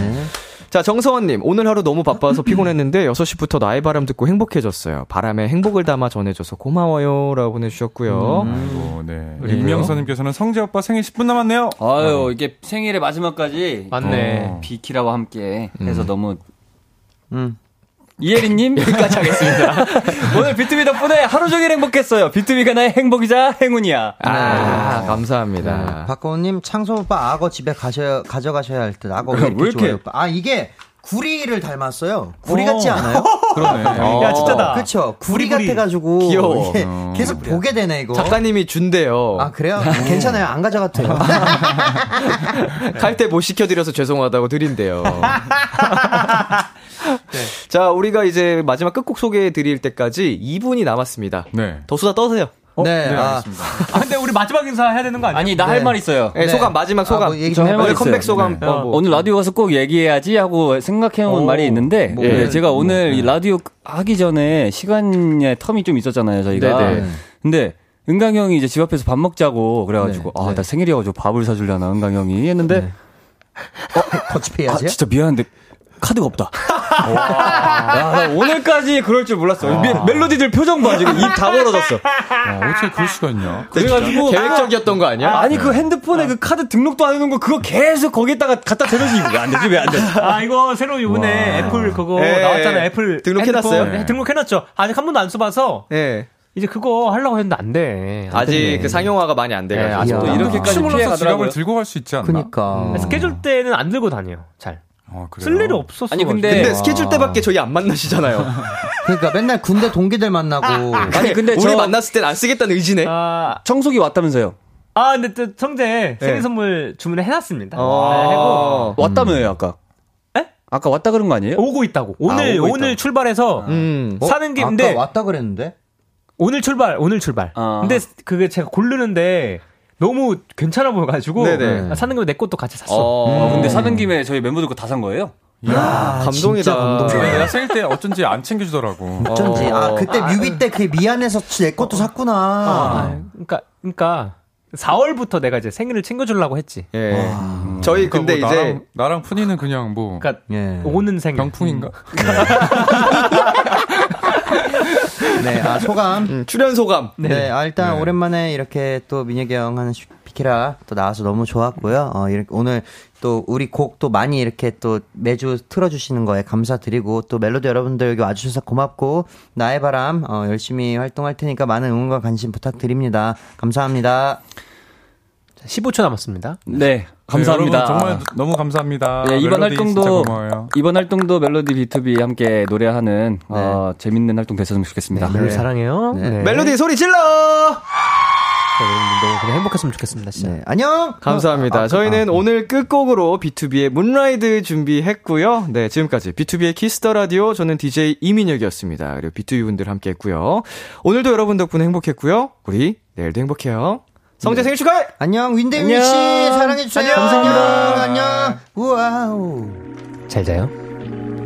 자, 정서원님, 오늘 하루 너무 바빠서 피곤했는데 6시부터 나의 바람 듣고 행복해졌어요. 바람에 행복을 담아 전해줘서 고마워요. 라고 보내주셨고요.
아이고, 네. 우리 임명선님께서는 성재 오빠 생일 10분 남았네요.
아유, 이게 생일의 마지막까지
맞네.
어.
비키라와 함께 해서 너무 이혜리님 음. 여기까지 하겠습니다. 오늘 비투비 덕분에 하루 종일 행복했어요. 비투비가 나의 행복이자 행운이야.
아, 감사합니다.
박고은님 창소 오빠 악어 집에 가셔 가져가셔야 할 듯. 악어 왜 이렇게,
왜 이렇게?
좋아요? 오빠? 아 이게 구리를 닮았어요. 구리 같지 않아요? 어?
그러네.
어.
야, 진짜다.
그쵸. 구리
구리구리.
같아가지고
귀여워.
이게 계속 보게 되네 이거.
작가님이 준대요.
아 그래요? 괜찮아요. 안 가져가도 돼요.
칼퇴 못 시켜드려서 죄송하다고 드린대요. 자, 우리가 이제 마지막 끝곡 소개해드릴 때까지 2분이 남았습니다.
네.
더 수다 떠세요.
네. 아,
아, 근데 우리 마지막 인사 해야 되는 거 아니야?
아니 나 할
네.
말 있어요.
예,
네.
소감, 마지막
아,
소감.
뭐 얘기 좀 해봐요.
오늘 컴백
있어요.
소감.
네.
어, 뭐.
오늘 라디오 가서 꼭 얘기해야지 하고 생각해온 말이 있는데 예,
그래요?
제가 오늘 이 라디오 하기 전에 시간의 텀이 좀 있었잖아요 저희가.
네네.
근데 은강 형이 이제 집 앞에서 밥 먹자고 그래가지고 아 나 생일이어가지고 밥을 사주려나 은강 형이 했는데 아
터치피해야지.
진짜 미안한데 카드가 없다. 야, 나 오늘까지 그럴 줄 몰랐어. 멜- 멜로디들 표정 봐 지금 입 다 벌어졌어.
야, 어떻게 그럴 수가 있냐?
그래가지고
계획적이었던 거 아니야?
아니 그 핸드폰에 그 카드 등록도 안 해놓은 거 그거 계속 거기다가 갖다 대면서 이거 왜안 되지 왜 안 되지?
아, 이거 새로 이번에 애플 그거
예,
나왔잖아요.
예.
애플
등록해놨어요?
핸드폰. 네, 등록해놨죠. 아직 한 번도 안 써봐서
예.
이제 그거 하려고 했는데 안 돼. 안
아직
되네.
그 상용화가 많이 안
예,
돼가지고.
아직도
또 이렇게까지
춤을로서
피해가더라고요.
지갑을 들고 갈 수 있지 않나?
그니까.
어.
그래서 스케줄 때는 안 들고 다녀요. 잘.
아, 그래요?
쓸 일이 없었어.
아니, 근데-
근데
와.
스케줄 때밖에 저희 안 만나시잖아요.
그러니까 맨날 군대 동기들 만나고.
아니 근데
우리
저
만났을 땐 안 쓰겠다는 의지네.
아,
청소기 왔다면서요?
아, 근데 또 성재 생일 선물 주문을 해놨습니다. 네, 해고
어.
왔다며요 아까?
에?
아까 왔다 그런 거 아니에요?
오고 있다고. 오늘
오고
오늘
있다고.
출발해서
음.
어?
사는 게
아까
근데
왔다 그랬는데.
오늘 출발 오늘 출발.
아.
근데 그게 제가 고르는데 너무 괜찮아 보여가지고
네네.
아, 사는 거내 것도 같이 샀어.
어,
아, 근데 사는 김에 저희 멤버들 거 다 산 거예요?
야,
감동이다.
진짜 감동이다.
네, 내가 생일 때 어쩐지 안 챙겨주더라고.
어쩐지. 아 그때 뮤비 때 그게 미안해서 내 것도 샀구나.
아, 그러니까 그러니까 4월부터 내가 이제 생일을 챙겨주려고 했지.
예. 저희 근데
그러니까 뭐
이제
나랑, 나랑 푼이는 그냥 뭐
그러니까
예.
오는 생일.
병풍인가?
음,
네. 아 소감.
음, 출연 소감. 음,
음, 아, 네, 아, 일단 오랜만에 이렇게 또 민혁이 형 하는 비키라 또 나와서 너무 좋았고요. 어, 이렇게 오늘 또 우리 곡 또 많이 이렇게 또 매주 틀어주시는 거에 감사드리고 또 멜로디 여러분들 여기 와주셔서 고맙고 나의 바람 어, 열심히 활동할 테니까 많은 응원과 관심 부탁드립니다. 감사합니다.
15초 남았습니다.
네, 감사합니다.
여러분 정말 너무 감사합니다.
네, 이번
멜로디 진짜
활동도
고마워요.
이번 활동도 멜로디 B2B 함께 노래하는
네.
어, 재밌는 활동 됐으면 좋겠습니다.
늘 사랑해요. 네.
멜로디 소리 질러!
자, 여러분들 너무 그냥 행복했으면 좋겠습니다. 진짜.
네, 안녕.
감사합니다. 저희는 오늘 끝곡으로 B2B의 문라이드 준비했고요. 네, 지금까지 B2B의 키스터 라디오 저는 DJ 이민혁이었습니다. 그리고 B2B 분들 함께 했고요. 오늘도 여러분 덕분에 행복했고요. 우리 내일도 행복해요. 성재 생일 축하해!
안녕 윈대민 씨 사랑해 주세요. 안녕. 안녕. 우와우.
잘 자요.